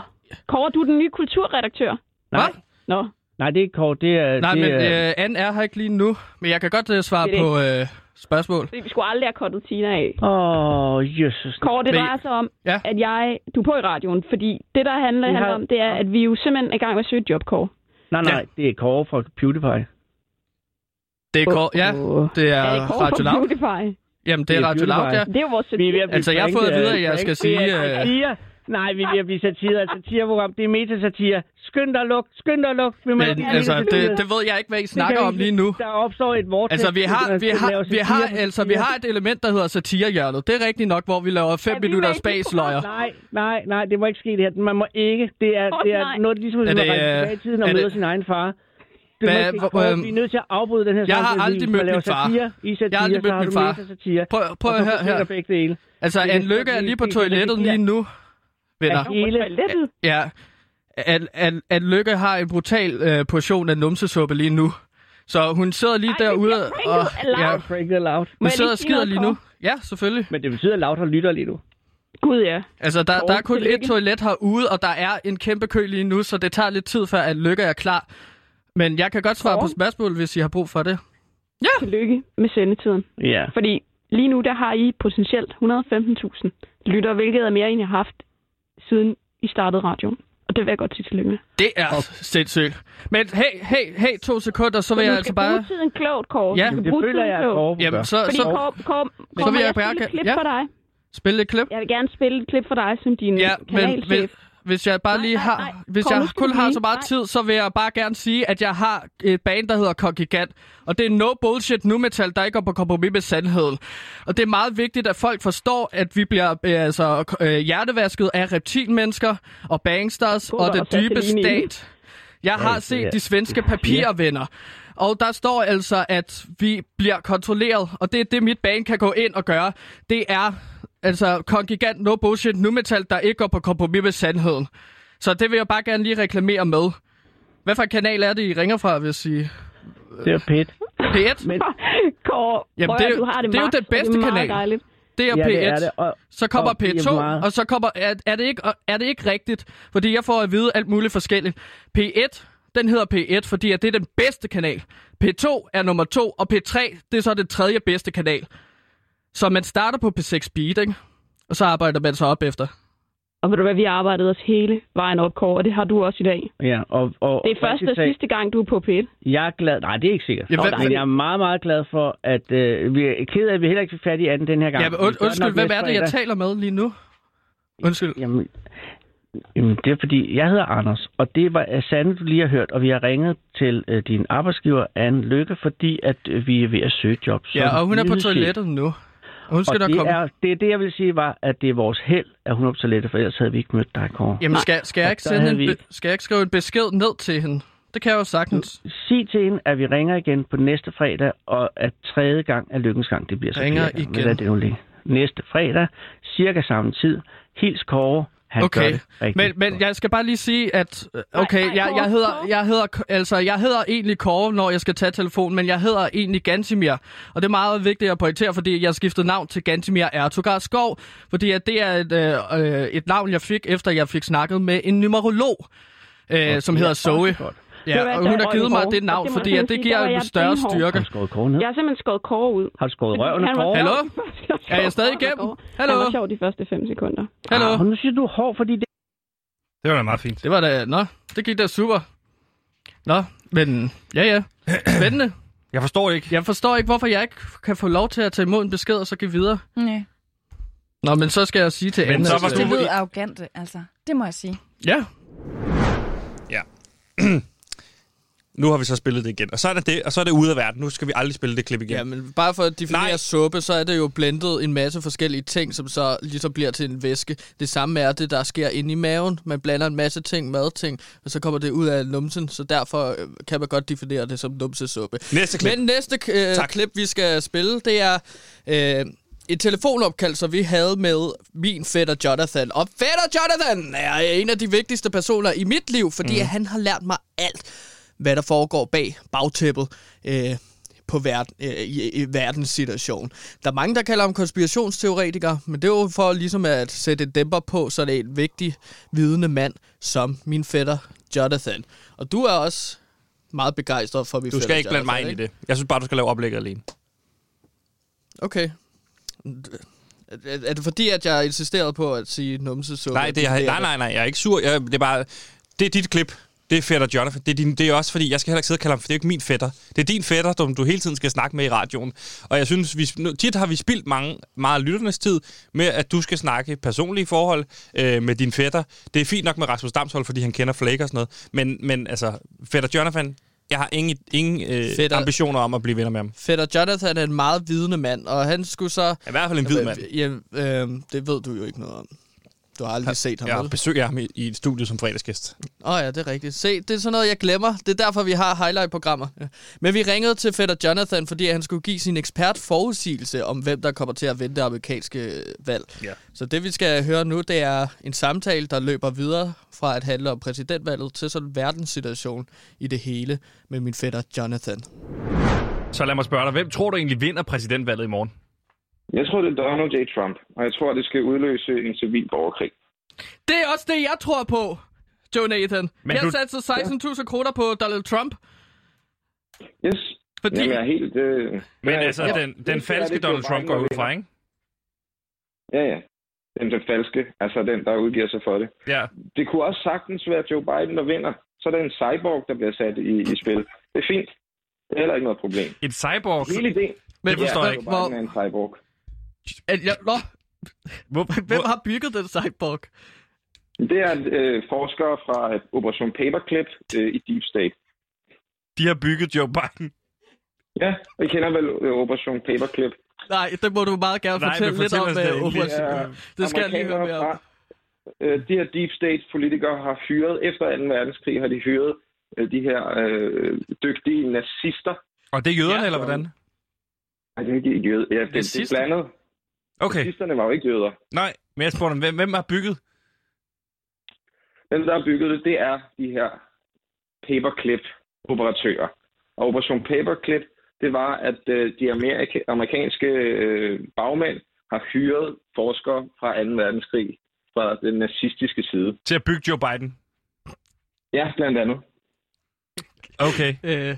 Kåre, du er den nye kulturredaktør. hvad? Nå. Nej, det er kort. Det er, Nej, det men er, øh, Anne er her ikke lige nu, men jeg kan godt øh, svare Det er det på øh, spørgsmål. Fordi vi skulle aldrig have kottet Tina af. Åh, Jesus. Kåre, det Men- drejer sig om, Ja. ja. at jeg... Du er på i radioen, fordi det, der handler, Vi har- handler om, det er, at vi er jo simpelthen er i gang med at søge et job, Kåre. Nej, nej, det er Kåre fra PewDiePie. Det er Kåre, ja, Åh. det er Er det Kåre Radio fra Loud. Beautify? Jamen, det er Det er Radio Loud, ja. Beautify. Det er jo vores... Vi er ved at blive Altså, jeg har pranket fået at vide, af- at jeg skal pranket af sige, øh, Satire. Nej, vi er ved at blive satire. Altså, satireprogram, det er metasatire. Skynd dig at luk, skynd dig at luk. Vi må Men ikke- altså, vi- det, det ved jeg ikke, hvad I Det kan snakker vi om lige ikke. nu. Der opstår et vortex. Altså, vi har, vi har, vi har, altså, vi har et element, der hedder satirehjørnet. Det er rigtigt nok, hvor vi laver 5 Er vi med minutter i det program? spagsløjer. Nej, nej, nej, det må ikke ske det her. Man må ikke. Det er, Åh, det er nej. noget, ligesom, hvis Er man det, rejser øh, tilbage i tiden og er det- møder sin egen far. Det må Hvad- ikke ske. hvor- Kåre, øhm, vi er nødt til at afbryde den her jeg har samtale, fordi aldrig hvis mødt man laver min far. Satire, i satire, Jeg har aldrig så mødt har min du far. metasatire. Prøv, prøv Og så at forsvinder høre her. begge dele. Altså, Det er Anne Lykke fordi, er lige på det er toilettet fordi, lige nu, At venner. Altså, hele, Toilettet. Ja, at, at, at Lykke har en brutal øh, portion af numsesuppe lige nu. Så hun sidder lige Ej, vi derude bliver og... pranket af Loud. Ja, Break it loud. Må hun jeg sidder lige og sige skider noget, lige nu. Ja, selvfølgelig. Men det betyder, at Laut har lytter lige nu. Gud, ja. Altså, der, der er kun tillykke. et toilet herude, og der er en kæmpe kø lige nu, så det tager lidt tid, før at Lykke er klar. Men jeg kan godt svare på Kåre? spørgsmål, hvis I har brug for det. Tillykke med sendetiden. Ja. Fordi lige nu, der har I potentielt 115.000 lytter, hvilket er mere, end I har haft siden I startede radioen. Og det vil jeg godt sige tillykke med. Det er sindssygt. Men hey, hey, hey, to sekunder, så Men vil jeg du altså skal bare... bruge tiden klogt, Kåre. Ja. du skal Det bruge føler tiden jeg, at klogt. Kåre gør. Jamen, så, Fordi så Kåre, Kåre, Kåre, Så så vil vil jeg jeg spille bare- et klip ja. for dig. spille et klip. Jeg vil gerne spille et klip for dig som din øh, Ja, men, men kanalchef. hvis jeg bare Nej, lige nej, har, nej. hvis Kåre, jeg nu skal kun du har blive. så meget Nej. tid, så vil jeg bare gerne sige, at jeg har et band, der hedder Kongigant, og det er no bullshit nu metal, der ikke går på kompromis med sandheden. Og det er meget vigtigt, at folk forstår, at vi bliver øh, altså, øh, hjertevasket af reptilmennesker og bangsters Gud, og den og dybe Satelline. stat. Jeg har set er- de svenske papirer, venner. Og der står altså, at vi bliver kontrolleret, og det er det, mit band kan gå ind og gøre. Det er altså kongigant no bullshit nu metal, der ikke går på kompromis med sandheden. Så det vil jeg bare gerne lige reklamere med. Hvad for en kanal er det, I ringer fra, hvis I... Det er pæt. P1? Men Kåre, Jamen, prøv det er at jo- du har det det er jo max, den og bedste det er meget kanal. Dejligt. Det er ja, P1. det er det. Og, Så kommer og det er P2, meget- og så kommer... Er, er, det ikke, er det ikke rigtigt? Fordi jeg får at vide alt muligt forskelligt. P1, den hedder P1, fordi at det er den bedste kanal. P2 er nummer to, og P3, det er så den tredje bedste kanal. Så man starter på P6 Beat, ikke? Og så arbejder man så op efter. Og ved du hvad, vi har arbejdet os hele vejen op, Kåre, og det har du også i dag. ja, og, og, Det er første og faktisk, sidste gang, du er på P1. Jeg er glad. Nej, det er ikke sikkert. Ja, hvad- men jeg er meget, meget glad for, at øh, vi er ked af, at vi heller ikke fik fat i anden den her gang. Ja, und, Vi gør undskyld, nok hvem næste er det, jeg fredag. taler med lige nu? Undskyld. Jamen, Jamen, det er fordi, jeg hedder Anders, og det var øh, Sande, du lige har hørt, og vi har ringet til øh, din arbejdsgiver, Anne Lykke, fordi at øh, vi er ved at søge job. som Ja, og hun er på ledelse. toilettet nu. Og hun skal Og nok det, komme. er, det er det, jeg vil sige, var, at det er vores held, at hun er på toilettet, for ellers havde vi ikke mødt dig, Kåre. Jamen, skal, skal, jeg ikke der sende havde en vi- be- skal jeg ikke skrive en besked ned til hende? Det kan jeg jo sagtens. Sig til hende, at vi ringer igen på næste fredag, og at tredje gang er lykkens gang. Det bliver så Ringer fjerde gang, men igen. lad det nu ligge. Næste fredag, cirka samme tid. Hils Kåre. Han gør Okay, det rigtig men, men godt. jeg skal bare lige sige, at øh, okay, nej, jeg, Kåre, jeg, hedder, Kåre. jeg, hedder, altså, jeg hedder egentlig Kåre, når jeg skal tage telefonen, men jeg hedder egentlig Gantimir. Og det er meget vigtigt at pointere, fordi jeg skiftede navn til Gantimir Ertugar Skov, fordi at det er et, øh, øh, et navn, jeg fik, efter jeg fik snakket med en numerolog, øh, som hedder Zoe. Ved du Ja, hvad, og hun der har er givet mig Kåre. det Og navn, det må jeg fordi at simpelthen sige, det giver der var en jeg større benhård. styrke. Har du skåret Kåre ned? Jeg har simpelthen skåret Kåre ud. Har du skåret røven af Han var Kåre? Hallo? sjov. Er jeg stadig igennem? Hallo? Han var sjov de første fem sekunder. Hallo? Ah, nu siger du hård, fordi det... Det var da meget fint. Det var da... Nå, det gik da super. Nå, men ja, ja. Spændende. Jeg forstår ikke. Jeg forstår ikke, hvorfor jeg ikke kan få lov til at tage imod en besked og så give videre. Nej. Nå, men så skal jeg sige til Men Anne, så at- var Det du- lød arrogant, altså. Det må jeg sige. Ja, Nu har vi så spillet det igen. Og så er det det, og så er det ude af verden. Nu skal vi aldrig spille det klip igen. Ja, men bare for at definere Nej. Nej. suppe, så er det jo blendet en masse forskellige ting, som så ligesom bliver til en væske. Det samme er det, der sker inde i maven. Man blander en masse ting, madting, og så kommer det ud af numsen, så derfor øh, kan man godt definere det som numsesuppe. Næste klip. Men næste øh, Tak. klip, vi skal spille, det er øh, et telefonopkald, som vi havde med min fætter Jonathan. Og fætter Jonathan er en af de vigtigste personer i mit liv, fordi mm. han har lært mig alt, hvad der foregår bag bagtæppet. Øh, på verden, øh, i, i verdenssituation. Der er mange, der kalder ham konspirationsteoretiker, men det er jo for ligesom at sætte en dæmper på, så det er en vigtig, vidende mand som min fætter Jonathan. Og du er også meget begejstret for min Du fætter skal ikke blande mig Jonathan, ind i det. Jeg synes bare, du skal lave oplægget alene. Okay. Er, er- er det fordi, at jeg insisterede på at sige numsesuppe? Nej, det er, nej, nej, nej, jeg er ikke sur. Jeg, det er bare, det er dit klip. Det er fætter Jonathan. Det er, din, det er også fordi, jeg skal heller ikke sidde og kalde ham, for det er jo ikke min fætter. Det er din fætter, som du hele tiden skal snakke med i radioen. Og jeg synes, vi, nu- tit har vi spildt mange, meget af lytternes tid med, at du skal snakke personlige forhold øh, med din fætter. Det er fint nok med Rasmus Damshold, fordi han kender Flake og sådan noget. Men, men altså, fætter Jonathan, jeg har ingen, ingen øh, Fætter- ambitioner om at blive venner med ham. Fætter Jonathan er en meget vidende mand, og han skulle så... Jeg er i hvert fald en hvid mand. Ja, øh, det ved du jo ikke noget om. Du har aldrig set ham, Jeg vel? besøger ham i, i et studie som fredagsgæst. Åh oh ja, det er rigtigt. Se, det er sådan noget, jeg glemmer. Det er derfor, vi har highlight-programmer. Ja. Men vi ringede til fætter Jonathan, fordi han skulle give sin ekspert forudsigelse om, hvem der kommer til at vinde det amerikanske øh, valg. Ja. Så det, vi skal høre nu, det er en samtale, der løber videre fra at handle om præsidentvalget til sådan en verdenssituation i det hele med min fætter Jonathan. Så lad mig spørge dig, hvem tror du egentlig vinder præsidentvalget i morgen? Jeg tror, det er Donald J. Trump, og jeg tror, det skal udløse en civil borgerkrig. det er også det, jeg tror på, Joe Nathan. Men Men jeg du- du... satte 16.000 kroner på Donald Trump, Yes, fordi... Jamen, jeg er helt... Øh, Men jeg er- altså, den, det den er falske det, Donald Joe Trump Biden går er ud ved. fra, ikke? Ja, ja. Den, den falske, altså den, der udgiver sig for det. Ja. Det kunne også sagtens være Joe Biden, der vinder. Så er der en cyborg, der bliver sat i, i spil. Det er fint. Det er heller ikke noget problem. Et cyborg. Hele ideen men, det forstår er, jeg at Joe ikke. men- Hvor, Biden er en cyborg. at jeg, nå, Hvor, hvem har bygget den cyborg? Det er øh, forskere fra øh, Operation Paperclip øh, i Deep State. De har bygget Joe Biden. Ja, I kender vel øh, Operation Paperclip. Nej, det må du meget gerne Nej, fortælle men lidt fortæl om. os det øh, endelig. Operation- Ja, det skal jeg lige høre mere Amerikanere om. fra- øh, De her deep state politikere har hyret, efter 2. verdenskrig har de hyret øh, de her øh, dygtige nazister. Og det er jøderne, Ja. eller hvordan? Ej, det er ikke jøder. Ja, det, det er Nazister? blandet. Okay, Nazisterne var jo ikke jøder. nej. Men jeg spurgte, hvem, hvem har bygget? Dem, der har bygget det, det er de her paperclip-operatører. Og Operation Paperclip, det var, at øh, de amerika- amerikanske øh, bagmænd har hyret forskere fra 2. verdenskrig fra den nazistiske side. Til at bygge Joe Biden. Ja, blandt andet. Okay. Øh,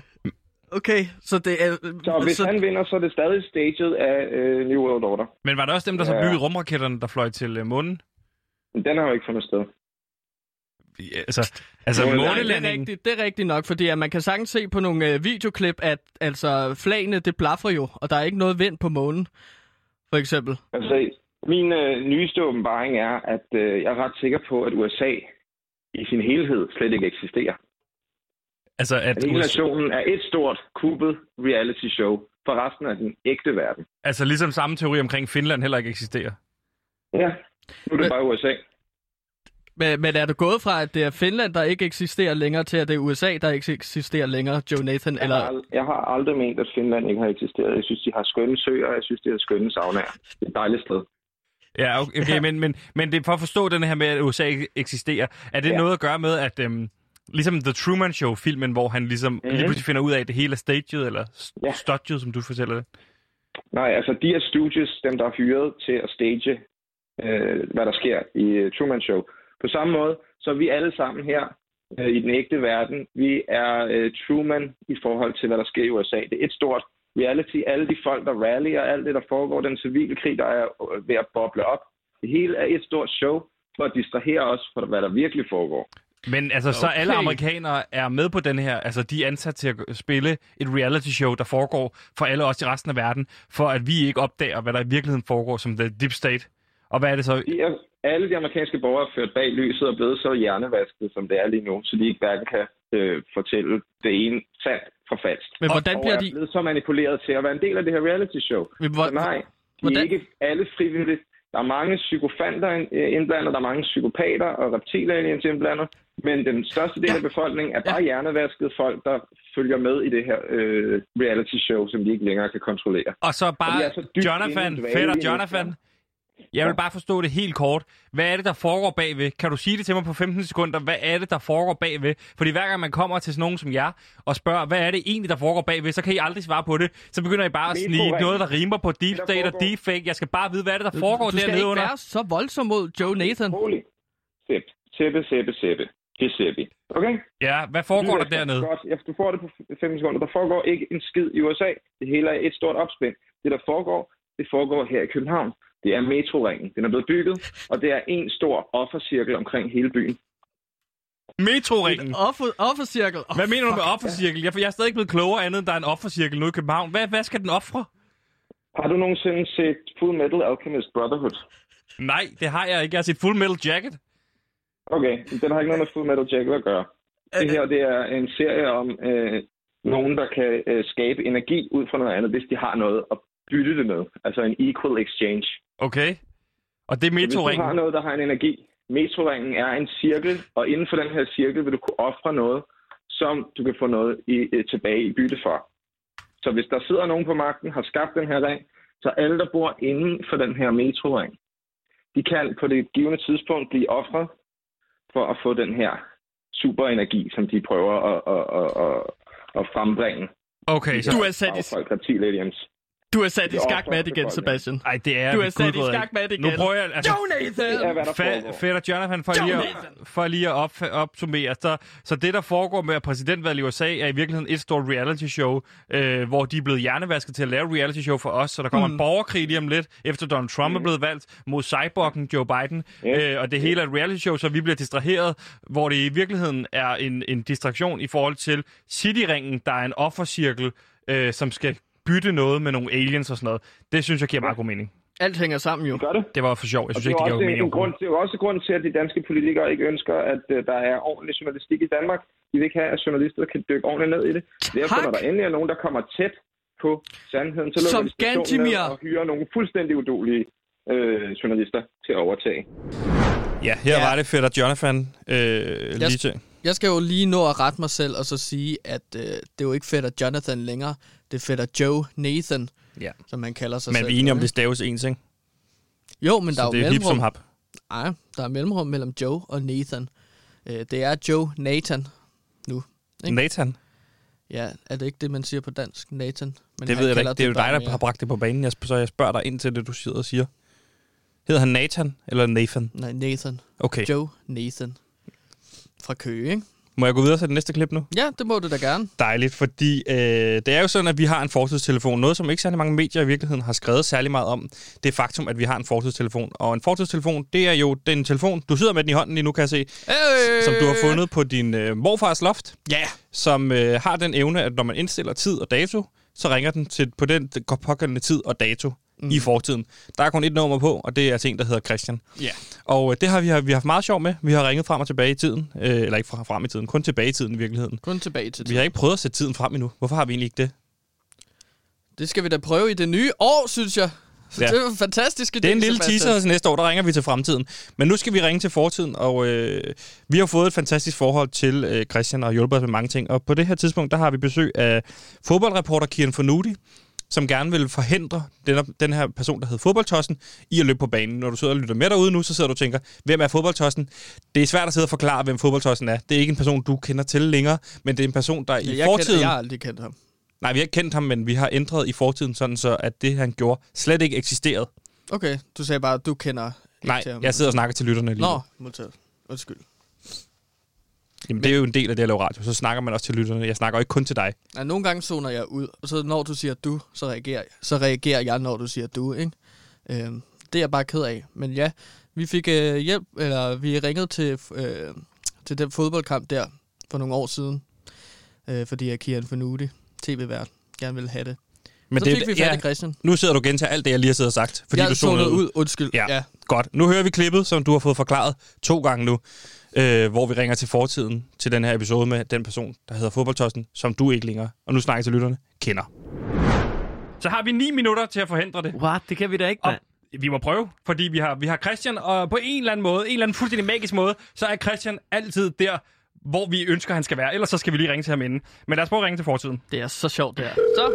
okay, så det er... Så hvis så, han vinder, så er det stadig staged af øh, New World Order. Men var det også dem, der så Ja. byggede rumraketterne, der fløj til øh, månen? Men den har jo ikke fundet sted. Ja, Altså, altså Nej, Nej, det, er månelandingen. rigtigt, det er rigtigt nok, fordi at man kan sagtens se på nogle øh, videoklip, at altså, flagene det blaffer jo, og der er ikke noget vind på månen, for eksempel. Altså, Min øh, nyeste åbenbaring er, at øh, jeg er ret sikker på, at USA i sin helhed slet ikke eksisterer. Altså, at, At hele nationen er et stort, kuppet reality show for resten af den ægte verden. altså ligesom samme teori omkring Finland heller ikke eksisterer. Ja, nu er det bare USA. Men, men er du gået fra, at det er Finland, der ikke eksisterer længere, til at det er USA, der ikke eksisterer længere, Jonathan? Jeg har, Eller... ald- jeg har aldrig ment, at Finland ikke har eksisteret. Jeg synes, de har skønne søer, og jeg synes, de har skønne saunaer. Det er et dejligt sted. Ja, okay, okay men, men, men det er for at forstå den her med, at USA ikke eksisterer. Er det ja. Ja. noget at gøre med, at øhm, ligesom The Truman Show-filmen, hvor han ligesom mm-hmm. lige pludselig finder ud af, at det hele er staged, eller ja. Mhm. Ja. stodget, som du fortæller det? Nej, altså de her studios, dem der er hyret til at stage, øh, hvad der sker i øh, Truman Show. På samme måde, så er vi alle sammen her øh, i den ægte verden, vi er øh, Truman i forhold til, hvad der sker i USA. Det er et stort reality. Alle de folk, der rallyer, alt det, der foregår, den civile krig, der er øh, ved at boble op. Det hele er et stort show for at distrahere os fra, hvad der virkelig foregår. Men altså, okay. så Okay. alle amerikanere er med på den her, altså de er ansat til at spille et reality show, der foregår for alle os i resten af verden, for at vi ikke opdager, hvad der i virkeligheden foregår som The Deep State. Og hvad er det så? De er, alle de amerikanske borgere er ført bag lyset og blevet så hjernevasket, som det er lige nu, så de ikke hverken kan øh, fortælle det ene sandt fra falsk. Men hvordan og bliver er de- blevet så manipuleret til at være en del af det her reality show. Men hvor- Så nej, de hvordan- er ikke alle frivillige. Der er mange psykofanter øh, indblandet, der er mange psykopater og reptilaliens indblandet, men den største del Ja. af befolkningen er bare hjernevaskede folk, der følger med i det her øh, reality show, som de ikke længere kan kontrollere. Og så Og bare de er så dybt Jonathan, inde i en fætter dvale i Jonathan. Rusland. Jeg vil Ja. bare forstå det helt kort. Hvad er det, der foregår bagved? Kan du sige det til mig på 15 sekunder? Hvad er det, der foregår bagved? Fordi hver gang man kommer til sådan nogen som jer og spørger, hvad er det egentlig, der foregår bagved, så kan I aldrig svare på det. Så begynder I bare at Metroring. snige noget, der rimer på deep Det, der state og foregår. deepfake. Jeg skal bare vide, hvad er det, der foregår du skal dernede ikke under. være så voldsom mod Jonathan. Rolig. Sip. Sæppe, sæppe, sæppe. Det er sæppe. Okay? Ja, hvad foregår der Lytter efter. dernede? Godt. Ja, du får det på 5 sekunder. Der foregår ikke en skid i USA. Det hele er et stort opspænd. Det, der foregår, det foregår her i København. Det er metroringen. Den er blevet bygget, og det er en stor offercirkel omkring hele byen. Metroringen. Offer, offercirkel. Oh, Hvad mener du med offercirkel? Jeg, jeg er stadig ikke blevet klogere andet, end der er en offercirkel nu i København. Hvad, hvad skal den ofre? Har du nogensinde set Full Metal Alchemist Brotherhood? Nej, det har jeg ikke. Jeg har set Full Metal Jacket. Okay, den har ikke noget med Full Metal Jacket at gøre. Det her, det er en serie om øh, nogen, der kan øh, skabe energi ud fra noget andet, hvis de har noget at bytte det med. Altså en equal exchange. Okay. Og det er Hvis du metroringen. har noget, der har en energi, metroringen er en cirkel, og inden for den her cirkel vil du kunne ofre noget, som du kan få noget i, øh, tilbage i bytte for. Så hvis der sidder nogen på magten, har skabt den her ring, så alle, der bor inden for den her metroring, de kan på det givende tidspunkt blive ofret for at få den her superenergi, som de prøver at, at, at, at, at frembringe. Okay, så... Du er sat i, Folk, reptilaliens. du er sat i Det er skak med det igen, offerbefolkningen. Sebastian. Ej, det er... Du ved er sat Gud, ved i jeg skak med det ikke. igen. Nu prøver jeg... Altså, Det er, Jonathan! hvad der foregår. fa- Fætter Jonathan, for lige at, Jonathan! for lige at op, opsummere. Så, så det, der foregår med at præsidentvalget i USA, er i virkeligheden et stort reality-show, øh, hvor de er blevet hjernevasket til at lave reality-show for os, så der kommer mm. en borgerkrig lige om lidt, efter Donald Trump mm. er blevet valgt mod cyborgen Joe Biden, Ja. øh, og det hele er et reality-show, så vi bliver distraheret, hvor det i virkeligheden er en, en distraktion i forhold til Cityringen, der er en offercirkel, øh, som skal bytte noget med nogle aliens og sådan noget. Det synes jeg giver meget god mening. Alt hænger sammen jo. Gør det? Det var for sjov. Jeg synes det, er ikke, det jo gav også mening. en grund, det er jo også grund til, at de danske politikere ikke ønsker, at uh, der er ordentlig journalistik i Danmark. De vil ikke have, at journalister kan dykke ordentligt ned i det. Derfor, Tak. når der endelig er nogen, der kommer tæt på sandheden, så lukker Som de stationen Gantimir. ned og hyrer nogle fuldstændig udulige øh, journalister til at overtage. Ja, her Ja. var det fedt, at Jonathan øh, lige til. Jeg skal jo lige nå at rette mig selv og så sige, at øh, det er jo ikke fætter Jonathan længere. Det er fætter Joe Nathan, Ja. som han kalder sig Men selv. vi er enige om, ikke? det staves ens, ikke? Jo, men der Så er jo det er hip som mellemrum. hap. Nej, der er mellemrum mellem Joe og Nathan. Øh, det er Joe Nathan. Ikke? Nathan, Ja, er det ikke det, man siger på dansk? Nathan. Men det han ved jeg da kalder ikke. Det er jo bare dig, der mere- har bragt det på banen, jeg, sp- så jeg spørger dig ind til det, du sidder og siger. Hedder han Nathan eller Nathan? Nej, Nathan. Okay. Joe Nathan. Fra Køge, ikke? Må jeg gå videre til det næste klip nu? Ja, det må du da gerne. Dejligt, fordi øh, det er jo sådan, at vi har en fortidstelefon. Noget, som ikke særlig mange medier i virkeligheden har skrevet særlig meget om, det er faktum, at vi har en fortidstelefon. Og en fortidstelefon, det er jo den telefon, du sidder med den i hånden lige nu, kan jeg se, Øh! som du har fundet på din øh, morfars loft. Ja. Yeah. Som øh, har den evne, at når man indstiller tid og dato, så ringer den til, på den pågældende tid og dato. mm. i fortiden. Der er kun et nummer på, og det er altså en, der hedder Christian. Ja. Og øh, det har vi, har vi haft meget sjov med. Vi har ringet frem og tilbage i tiden. Øh, eller ikke fra, frem i tiden, kun tilbage i tiden i virkeligheden. Kun tilbage til Vi har ikke prøvet at sætte tiden frem endnu. Hvorfor har vi egentlig ikke det? Det skal vi da prøve i det nye år, synes jeg. Ja. Ja. Det er fantastisk. Det er en lille teaser til næste år, der ringer vi til fremtiden. Men nu skal vi ringe til fortiden, og øh, vi har fået et fantastisk forhold til øh, Christian og har hjulpet os med mange ting. Og på det her tidspunkt, der har vi besøg af fodboldreporter Kian Fornuti, som gerne vil forhindre den, den her person, der hedder fodboldtossen, i at løbe på banen. Når du sidder og lytter med derude nu, så sidder du og tænker, hvem er fodboldtossen? Det er svært at sidde og forklare, hvem fodboldtossen er. Det er ikke en person, du kender til længere, men det er en person, der i jeg fortiden... Kender, jeg har aldrig kendt ham. Nej, vi har ikke kendt ham, men vi har ændret i fortiden, sådan så at det, han gjorde, slet ikke eksisterede. Okay, du sagde bare, at du kender ikke Nej, til ham. jeg sidder og snakker til lytterne lige nu. Nå, modtaget. Undskyld. Jamen, det er jo en del af det at lave radio. Så snakker man også til lytterne. Jeg snakker jo ikke kun til dig. Ja, nogle gange zoner jeg ud, og så når du siger du, så reagerer jeg, så reagerer jeg når du siger du, ikke? Øhm, det er jeg bare ked af. Men ja, vi fik øh, hjælp, eller vi ringede til, øh, til den fodboldkamp der for nogle år siden, øh, fordi jeg Kian Fornuti, tv-vært, gerne ville have det. Men så det, fik vi fat i Christian. Nu sidder du og gentager alt det, jeg lige har siddet og sagt. Fordi jeg du zonede zonede ud, undskyld. Ja. ja. Godt. Nu hører vi klippet, som du har fået forklaret to gange nu. Øh, hvor vi ringer til fortiden til den her episode med den person, der hedder Fodboldtossen, som du ikke længere, og nu snakker jeg til lytterne, kender. Så har vi ni minutter til at forhindre det. What? Det kan vi da ikke, Og vi må prøve, fordi vi har, vi har Christian, og på en eller anden måde, en eller anden fuldstændig magisk måde, så er Christian altid der, hvor vi ønsker, han skal være. Ellers så skal vi lige ringe til ham inden. Men lad os prøve at ringe til fortiden. Det er så sjovt, det her. Så,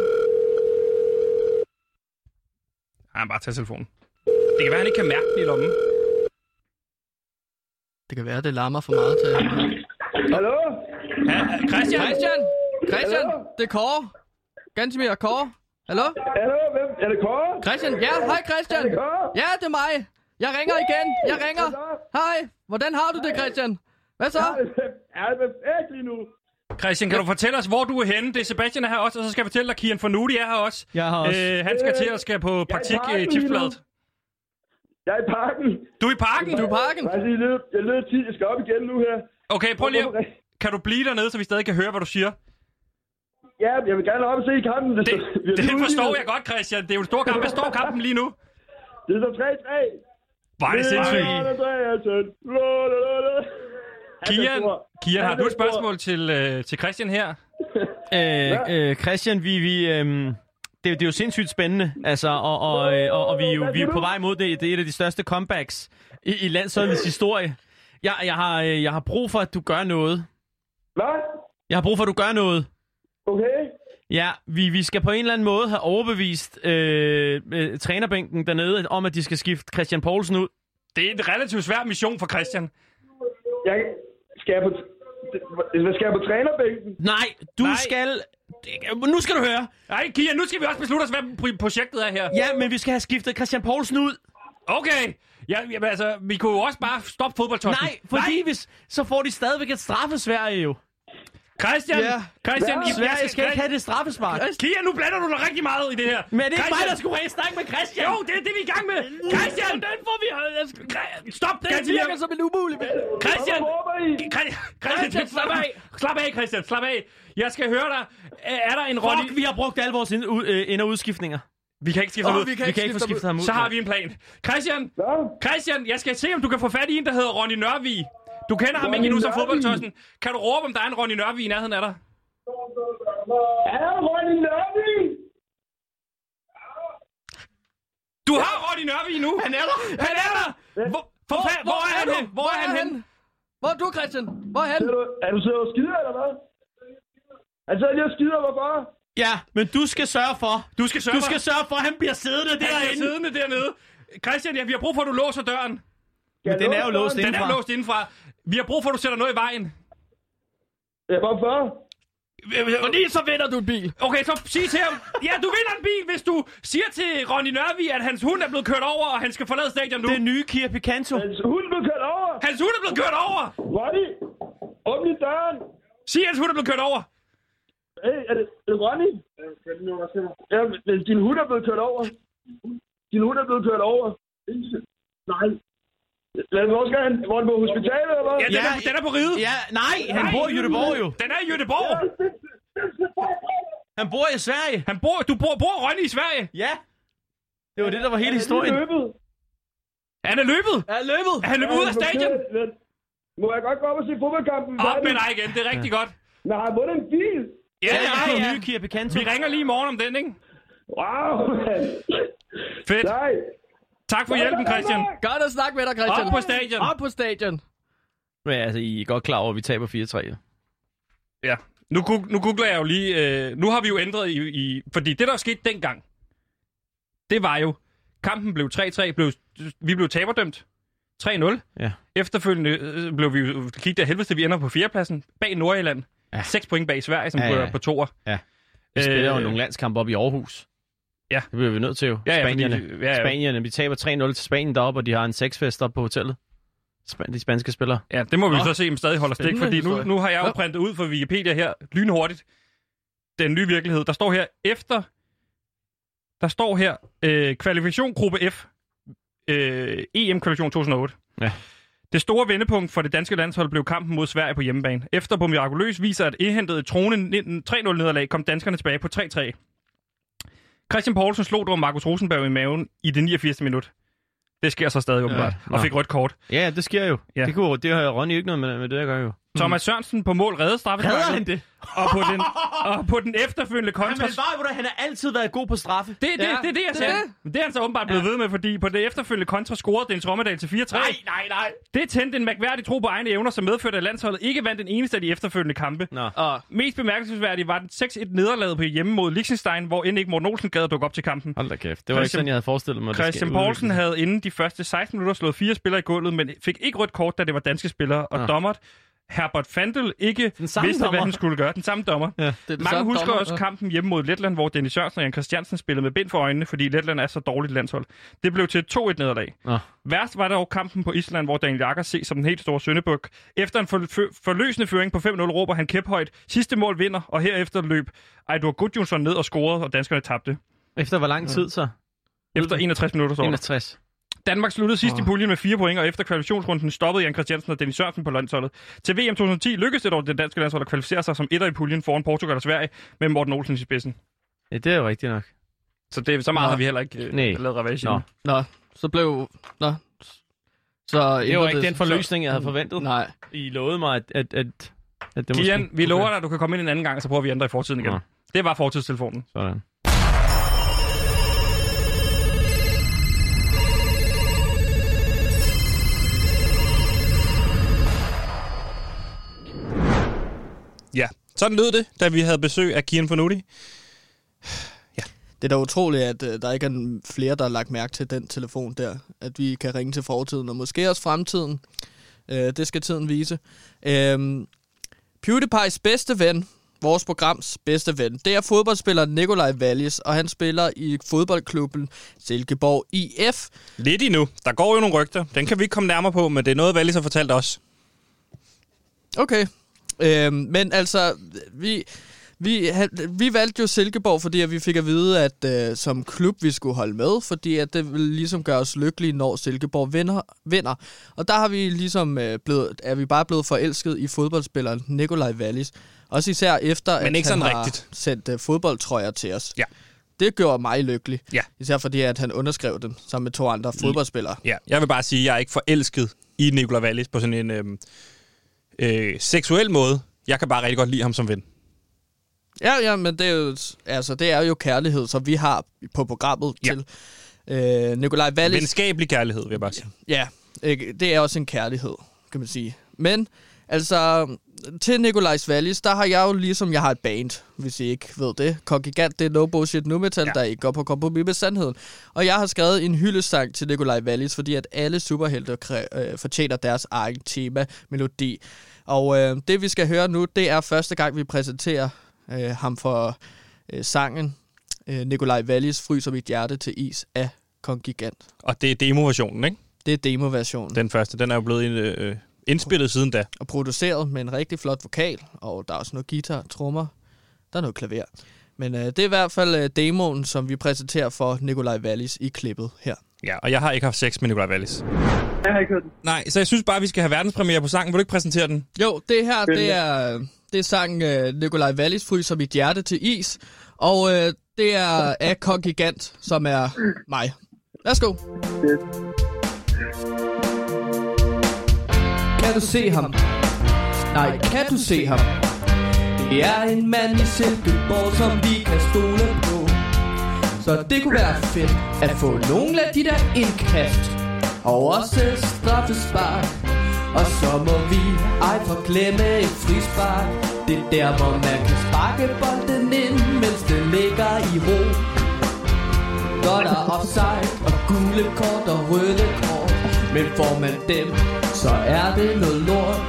Nej, bare tag telefonen. Det kan være, han ikke kan mærke den i lommen. det kan være, det larmer for meget til. Hallo? Ja, Christian! Christian! Christian! Det er Kåre. Gantimir Kåre. Hallo? Hallo, hvem? Er det Kåre? Christian, ja, hej Christian. Er det Kåre? Ja, det er mig. Jeg ringer igen. Jeg ringer. Hej. Hvordan har du det, Christian? Hvad så? Er det perfekt lige nu? Christian, kan du fortælle os, hvor du er henne? Det er Sebastian er her også, og så skal jeg fortælle dig, Kian Fornuti er her også. Jeg er her også. Øh, han skal til at skal på praktik parken i lige tipsbladet. Jeg er i parken. Du er i parken? Du er i parken. Jeg, jeg, lød, jeg lød tid. Jeg skal op igen nu her. Okay, prøv lige at... Kan du blive dernede, så vi stadig kan høre, hvad du siger? Ja, jeg vil gerne op og se kampen. Det, Det, det forstår jeg godt, Christian. Det er jo en stor kamp. Hvad står kampen lige nu? Det er så altså. 3-3. Var det sindssygt? Kian, Kian har du et spørgsmål til, øh, til Christian her? Øh, øh, Christian, vi... vi øhm, det, er jo- det er jo sindssygt spændende, altså, og, og, øh, og, og vi, er jo, vi er jo på vej mod det. Det er et af de største comebacks i, i landsholdets historie. Jeg, jeg, har, øh, jeg har brug for, at du gør noget. Hvad? Jeg har brug for, at du gør noget. Okay. Ja, vi, vi skal på en eller anden måde have overbevist øh, øh, trænerbænken dernede om, at de skal skifte Christian Poulsen ud. Det er en relativt svær mission for Christian. Jeg, skal jeg på... Hvad skal jeg på trænerbænken? Nej, du Nej. skal... Det- Nu skal du høre. Nej, Kian, nu skal vi også beslutte os, hvad pro- projektet er her. Ja, men vi skal have skiftet Christian Poulsen ud. Okay. Ja, jamen, altså, vi kunne jo også bare stoppe fodboldtossen. Nej, fordi Nej. Hvis, så får de stadigvæk et straffesværge jo. Christian, Ja. Christian, I, Sverige skal ikke have det straffespark. Kian, nu blander du dig rigtig meget i det her. Men er det ikke mig, Christian- der skulle have en snak med Christian? Jo, det er det, vi er i gang med. Christian! Den får vi... Stop, den Det virker som en umulig... Christian! Hvad håber I? Christian, Christian, slap af. Slap af, Christian, slap af. Jeg skal høre dig. Er der en Ronny... Fuck, vi har brugt alle vores ind, u, øh, ind- og udskiftninger. vi kan ikke skifte ham ud. vi kan ikke få skiftet ham ud. Så har vi en plan. Christian, Hvad? Christian, jeg skal se, om du kan få fat i en, der hedder Ronny Nørvig. Du kender ham ikke endnu som Nørvig? fodboldtossen. Kan du råbe, om der er en Ronny Nørvig i nærheden af dig? Er der Ronny Nørby? Du har Ronny Nørvig nu. Han er der. Han er der. Hvor, for, hvor, hvor, er han henne? Hvor er han henne? Hvor er du, Christian? Hvor er han? Er du, er du sidder og skider, eller hvad? Han sidder lige og skider, hvorfor? Ja, men du skal sørge for. Du skal sørge Du skal sørge for, at han bliver siddende derinde. derinde. siddende dernede. Christian, ja, vi har brug for, at du låser døren. Skal Men den er jo låst Den er indenfra. låst indenfra. Vi har brug for, at du sætter noget i vejen. Ja, hvorfor? Fordi så vinder Du er en bil. Okay, så sig til ham. Ja, du vinder en bil, hvis du siger til Ronny Nørvig, at hans hund er blevet kørt over, og han skal forlade stadion nu. Det nye Kia Picanto. Hans hund blev kørt over. Hans hund er blevet kørt over! Ronny, åbn lige døren. Sig, at hans hund er blevet kørt over. Hey, er det, er det Ronny? Ja, men din hund er blevet kørt over. Din hund er blevet kørt over. Nej. Lad os også gerne. Hvor er det på hospitalet, eller hvad? Ja, den, Ja, er, den er på ride. Ja, nej, han Nej. bor i Göteborg jo. Den er i Göteborg. Han bor i Sverige. Han bor, du bor, bor Ronny i Sverige. Ja. Det var det, der var hele historien. Han er lige løbet. Han er løbet? Han er løbet. Er han løbet ud af stadion? Men Må jeg godt gå op og se fodboldkampen? Op med dig igen, det er rigtig godt. Men har han vundet en bil? Ja, ja, ja. Nye Kia Picanto. Vi ringer lige i morgen om den, ikke? Wow, mand. Fedt. Nej. Tak for hjælpen, Christian. Godt at snakke med dig, Christian. Op på stadion. Op på stadion. Men altså, I er godt klar over, at vi taber 4-3. Ja. Nu, gug- nu googler jeg jo lige... Øh, nu har vi jo ændret i, i... Fordi det, der skete dengang, det var jo... Kampen blev 3-3. Blev, vi blev taberdømt. 3-0. Ja. Efterfølgende øh, blev vi jo kigget der helvede, til, vi ender på fjerdepladsen. Bag Nordjylland. Ja. Ja. 6 point bag Sverige, som Ja, ja, ja, ja. ja. på toer. Ja. Vi spiller jo Øh, nogle landskampe op i Aarhus. Ja. Det bliver vi nødt til jo. Ja, ja, fordi- Spanierne. ja, ja. Spanierne. Vi taber 3-0 til Spanien deroppe, og de har en sexfest op på hotellet. Sp- de spanske spillere. Ja, det må vi Nå. Nå. så se, om stadig holder stik, Spændende fordi nu, historie. nu har jeg jo Nå. printet ud fra Wikipedia her, lynhurtigt, den nye virkelighed. Der står her, efter, der står her, øh, kvalifikation gruppe F, øh, EM-kvalifikation 2008. Ja. Det store vendepunkt for det danske landshold blev kampen mod Sverige på hjemmebane. Efter på mirakuløs viser, at indhentet trone 3-0-nederlag kom danskerne tilbage på 3-3. Christian Poulsen slog dog Markus Rosenberg i maven i det 89. minut. Det sker så stadig åbenbart, ja, nå. og fik rødt kort. Ja, ja, det sker jo. Ja. Det, kunne, det har Ronny ikke noget med, med det, jeg gør jo. Thomas Sørensen på mål redde Mm. Redder straffesparket. han det? og på den, og på den efterfølgende kontra... Det, bare, hvor han har altid været god på straffe. det, det, det, er det, jeg sagde. det. Men Det er han så åbenbart blevet ved med, fordi på det efterfølgende kontra scorede Dennis Rommedal til 4-3. Nej, nej, nej. Det tændte en mærkværdig tro på egne evner, som medførte, at landsholdet ikke vandt den eneste af de efterfølgende kampe. Nå. Og Mest bemærkelsesværdigt var den 6-1 nederlaget på hjemme mod Liechtenstein, hvor end ikke Morten Olsen gad at dukke op til kampen. Hold da kæft. Det var ikke Christian- sådan, jeg havde forestillet mig. det Christian skulle Poulsen udvikle sig. havde inden de første 16 minutter slået fire spillere i gulvet, men fik ikke rødt kort, da det var danske spillere. Og Nå. ja. dommert Herbert Fandel ikke Den vidste, samme hvad dommer. han skulle gøre. Den samme dommer. Ja. det er den Mange samme husker dommer. også kampen hjemme mod Letland, hvor Dennis Sørensen og Jan Christiansen spillede med bind for øjnene, fordi Letland er så dårligt landshold. Det blev til et 2-1 nederlag. Nå. Værst var dog kampen på Island, hvor Daniel Jakker ses som den helt store søndebuk. Efter en forlø- forløsende føring på 5-0 råber han kæphøjt. Sidste mål vinder, og herefter løb Ejdur Gudjonsson ned og scorede, og danskerne tabte. Efter hvor lang tid så? Efter 61 minutter så. 61. Danmark sluttede sidst i puljen med fire point, og efter kvalifikationsrunden stoppede Jan Christiansen og Dennis Sørensen på landsholdet. Til VM 2010 lykkedes det dog det danske landshold at kvalificere sig som etter i puljen foran Portugal og Sverige med Morten Olsen i spidsen. Ja, det er jo rigtigt nok. Så, det, så meget Nå. har vi heller ikke øh, Nej. lavet ravage Nå. endnu. Nå, så blev... Nå. Så Det var ikke den forløsning, jeg havde forventet. Nej. I lovede mig, at, at, at, at det Kian, måske... vi lover dig, at du kan komme ind en anden gang, og så prøver vi at ændre i fortiden igen. Nå. Det var fortidstelefonen. Sådan. Ja, sådan lød det, da vi havde besøg af Kian Fornuti. Det er da utroligt, at øh, der ikke er n- flere, der har lagt mærke til den telefon der. At vi kan ringe til fortiden, og måske også fremtiden. Øh, det skal tiden vise. Øh, PewDiePie's bedste ven, vores programs bedste ven, det er fodboldspilleren Nikolaj Wallis, og han spiller i fodboldklubben Silkeborg IF. Lidt endnu. Der går jo nogle rygter. Den kan vi ikke komme nærmere på, men det er noget, Valis har fortalt os. Okay. Øhm, men altså, vi, vi, han- vi valgte jo Silkeborg, fordi at vi fik at vide, at øh, som klub vi skulle holde med, fordi at det ville ligesom gøre os lykkelige, når Silkeborg vinder. vinder. Og der har vi ligesom øh, blevet, er vi bare blevet forelsket i fodboldspilleren Nikolaj Wallis. Også især efter, Men at ikke han sådan har rigtigt. sendt øh, fodboldtrøjer til os. Ja. Det gjorde mig lykkelig. Ja. Især fordi, at han underskrev dem sammen med to andre fodboldspillere. Ja, jeg vil bare sige, at jeg er ikke forelsket i Nicolai Wallis på sådan en øhm, øh, seksuel måde. Jeg kan bare rigtig godt lide ham som ven. Ja, ja, men det er, jo, altså, det er jo kærlighed, som vi har på programmet ja. Ja. til øh, Nikolaj Wallis. Venskabelig kærlighed, vil jeg bare sige. Ja, ikke? det er også en kærlighed, kan man sige. Men altså, til Nikolajs Wallis, der har jeg jo ligesom, jeg har et band, hvis I ikke ved det. Kongigant, det er no bullshit nu metal, ja. der ikke går på kompromis med sandheden. Og jeg har skrevet en hyldesang til Nikolaj Wallis, fordi at alle superhelte kræ- øh, fortjener deres egen tema, melodi. Og øh, det vi skal høre nu, det er første gang, vi præsenterer øh, ham for øh, sangen øh, Nikolaj Wallis fryser mit hjerte til is af Kongigant. Og det er demoversionen, ikke? Det er Mm. demoversionen. Den første, den er jo blevet øh, indspillet siden da. og produceret med en rigtig flot vokal, og der er også noget guitar, trommer, der er noget klaver. Men øh, det er i hvert fald øh, demoen, som vi præsenterer for Nikolaj Wallis i klippet her. Ja, og jeg har ikke haft sex med Nicolai Wallis. Jeg har ikke hørt den. Nej, så jeg synes bare, vi skal have verdenspremiere på sangen. Vil du ikke præsentere den? Jo, det her, det er, det er sangen øh, Nikolaj Wallis fryser mit hjerte til is, og øh, det er af Kong Gigant, som er mig. Værsgo. Kan du se ham? Nej, kan du se ham? Det er en mand i Silkeborg, som vi kan stole på. Så det kunne være fedt at få nogle af de der indkast. Og også et straffespark. Og så må vi ej forglemme et frispark. Det er der, hvor man kan sparke bolden ind, mens den ligger i ro. Når der er offside og gule kort og røde kort. Men får man dem, så er det noget lort.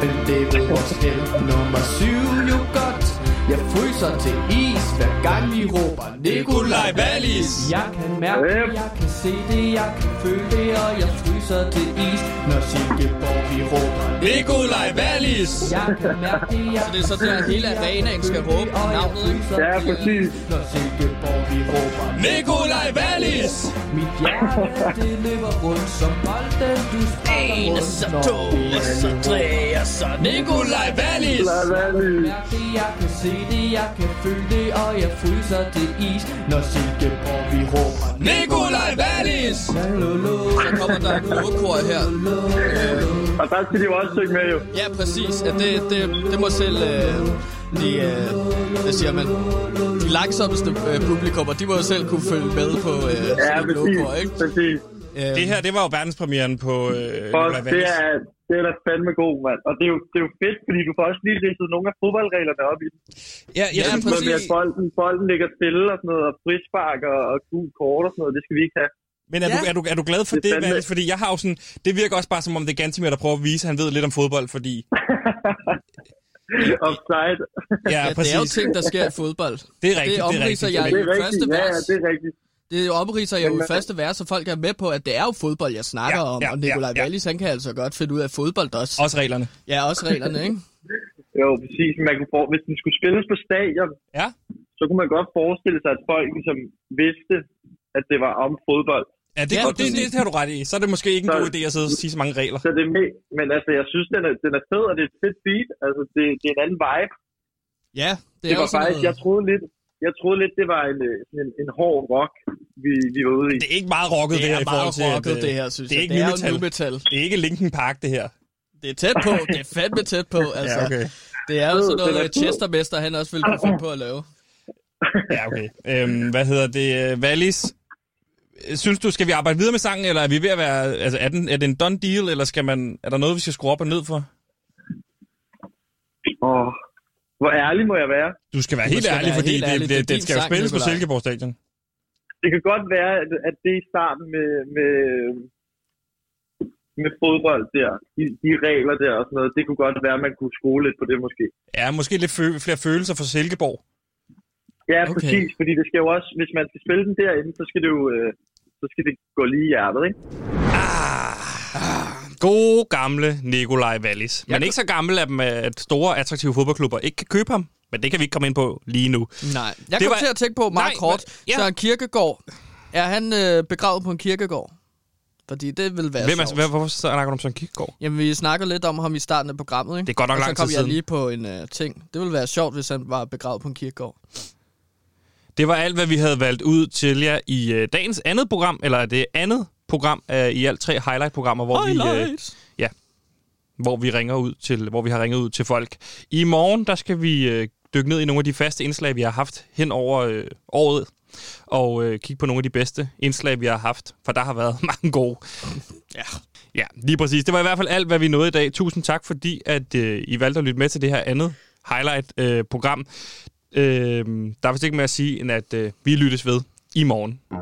Men det ved vores held nummer syv jo godt Jeg fryser til is, hver gang vi råber Nikolaj Wallis Jeg kan mærke, det, jeg kan se det, jeg kan føle det Og jeg fryser til is, når Silkeborg vi råber Nikolaj Wallis! Jeg kan mærke det, jeg Så det er sådan, at hele arenaen skal råbe navnet, ikke? Ja, præcis. Når Silkeborg vi råber Nikolaj Wallis! Mit hjerte, det løber rundt som bolden, du sparker En, rundt, så når to, det er så niveau. tre, og så Nikolaj Wallis! Mærk det, jeg kan se det, jeg kan føle det, og jeg fryser til is, når Silkeborg vi råber. Nikolaj Wallis! Så kommer der et låkor her. Og der skal de jo også synge med, jo. Ja, præcis. Ja, det, det, det må selv øh, de, øh, hvad siger man, de langsomste øh, publikummer, de må jo selv kunne følge med på øh, ja, sådan et låkor, ikke? Øh, præcis. Det her, det var jo verdenspremieren på øh, Og Nikolaj det Wallis. er, det er da fandme god, mand. Og det er, jo, det er jo fedt, fordi du får også lige ridset nogle af fodboldreglerne op i den. Ja, ja, sådan noget med, at bolden, bolden ligger stille og sådan noget, og frispark og, og gul kort og sådan noget, det skal vi ikke have. Men er, ja. du, er, du, er du glad for Det det, er det fandme- Valles? Fordi jeg har jo sådan... Det virker også bare som om, det er Gantimer, der prøver at vise, at han ved lidt om fodbold, fordi... Offside. Ja, Ja, det er jo ting, der sker i fodbold. Det er rigtigt, det Det er omridser rigtigt. jeg Det i er det rigtigt, første ja, vers. ja, det er rigtigt. Det omridser jeg jo Men- i første vers, så folk er med på, at det er jo fodbold, jeg snakker Ja, om. ja, og Nikolaj ja, ja. Wallis, han kan altså godt finde ud af fodbold også. Også reglerne. Ja, også reglerne, ikke? Jo, præcis. Man kunne for, hvis den skulle spilles på stadion, ja. så kunne man godt forestille sig, at folk ligesom vidste, at det var om fodbold. Ja, det, ja, det, det, det, har du ret i. Så er det måske ikke en god idé at sidde og sige så mange regler. Så det er me- men altså, jeg synes, den er, den er fed, og det er et fedt beat. Altså, det, det er en anden vibe. Ja, Det, det var faktisk, jeg troede lidt, jeg troede lidt, det var en, øh, sådan en, en hård rock, vi, vi var ude i. Det er ikke meget rocket, Det det, her, er i forhold meget til, at, rocket, øh, det her, synes det er jeg. Ikke Det er jo nu metal. Det er ikke Linkin Park, det her. Det er tæt på. Det er fandme tæt på, altså. Ja, okay. Det er jo Øh, sådan den er noget, fed. Chestermester, han også ville kunne finde på at lave. Ja, okay. Øhm, hvad hedder det? øh, Wallis, synes du, skal vi arbejde videre med sangen, eller er vi ved at være... Altså, er, den, er det en done deal, eller skal man, er der noget, vi skal skrue op og ned for? Åh, hvor ærlig må jeg være? Du skal være Du helt skal ærlig, være fordi helt det, ærlig. det, Det er det, det din skal jo sang, spilles på Nikolaj. Silkeborg Stadion. Det kan godt være, at, at det i starten med, med, med fodbold der, de, de regler der og sådan noget, det kunne godt være, at man kunne skrue lidt på det måske. Ja, måske lidt fø- flere følelser for Silkeborg. Ja, Okay. okay. præcis, fordi det skal jo også, hvis man skal spille den derinde, så skal det jo øh, så skal det gå lige i hjertet, ikke? God gamle Nikolaj Wallis. Men ikke så gammel, at, at store, attraktive fodboldklubber ikke kan købe ham. Men det kan vi ikke komme ind på lige nu. Nej. Jeg Det kom var- til at tænke på meget Nej, kort. men- ja. Ja. Søren Kirkegaard, er han øh, begravet på en kirkegård? Fordi det vil være Hvem er, sjovt. hvad, hvorfor snakker du om Søren Kierkegaard? Jamen, vi snakkede lidt om ham i starten af programmet, ikke? Det er godt nok Og lang så kom tid jeg siden. lige på en øh, ting. Det ville være sjovt, hvis han var begravet på en kirkegård. Det var alt, hvad vi havde valgt ud til jer i øh, dagens andet program, eller det andet program øh, i alt tre highlight-programmer, hvor vi... Øh, Highlights. ja, hvor vi ringer ud til, hvor vi har ringet ud til folk. I morgen, der skal vi øh, dykke ned i nogle af de faste indslag, vi har haft hen over øh, året, og øh, kigge på nogle af de bedste indslag, vi har haft, for der har været mange gode. Ja. Ja, lige præcis. Det var i hvert fald alt, hvad vi nåede i dag. Tusind tak, fordi at, øh, I valgte at lytte med til det her andet highlight-program. Øh, der er vist ikke mere at sige, end at øh, vi lyttes øh, ved i morgen.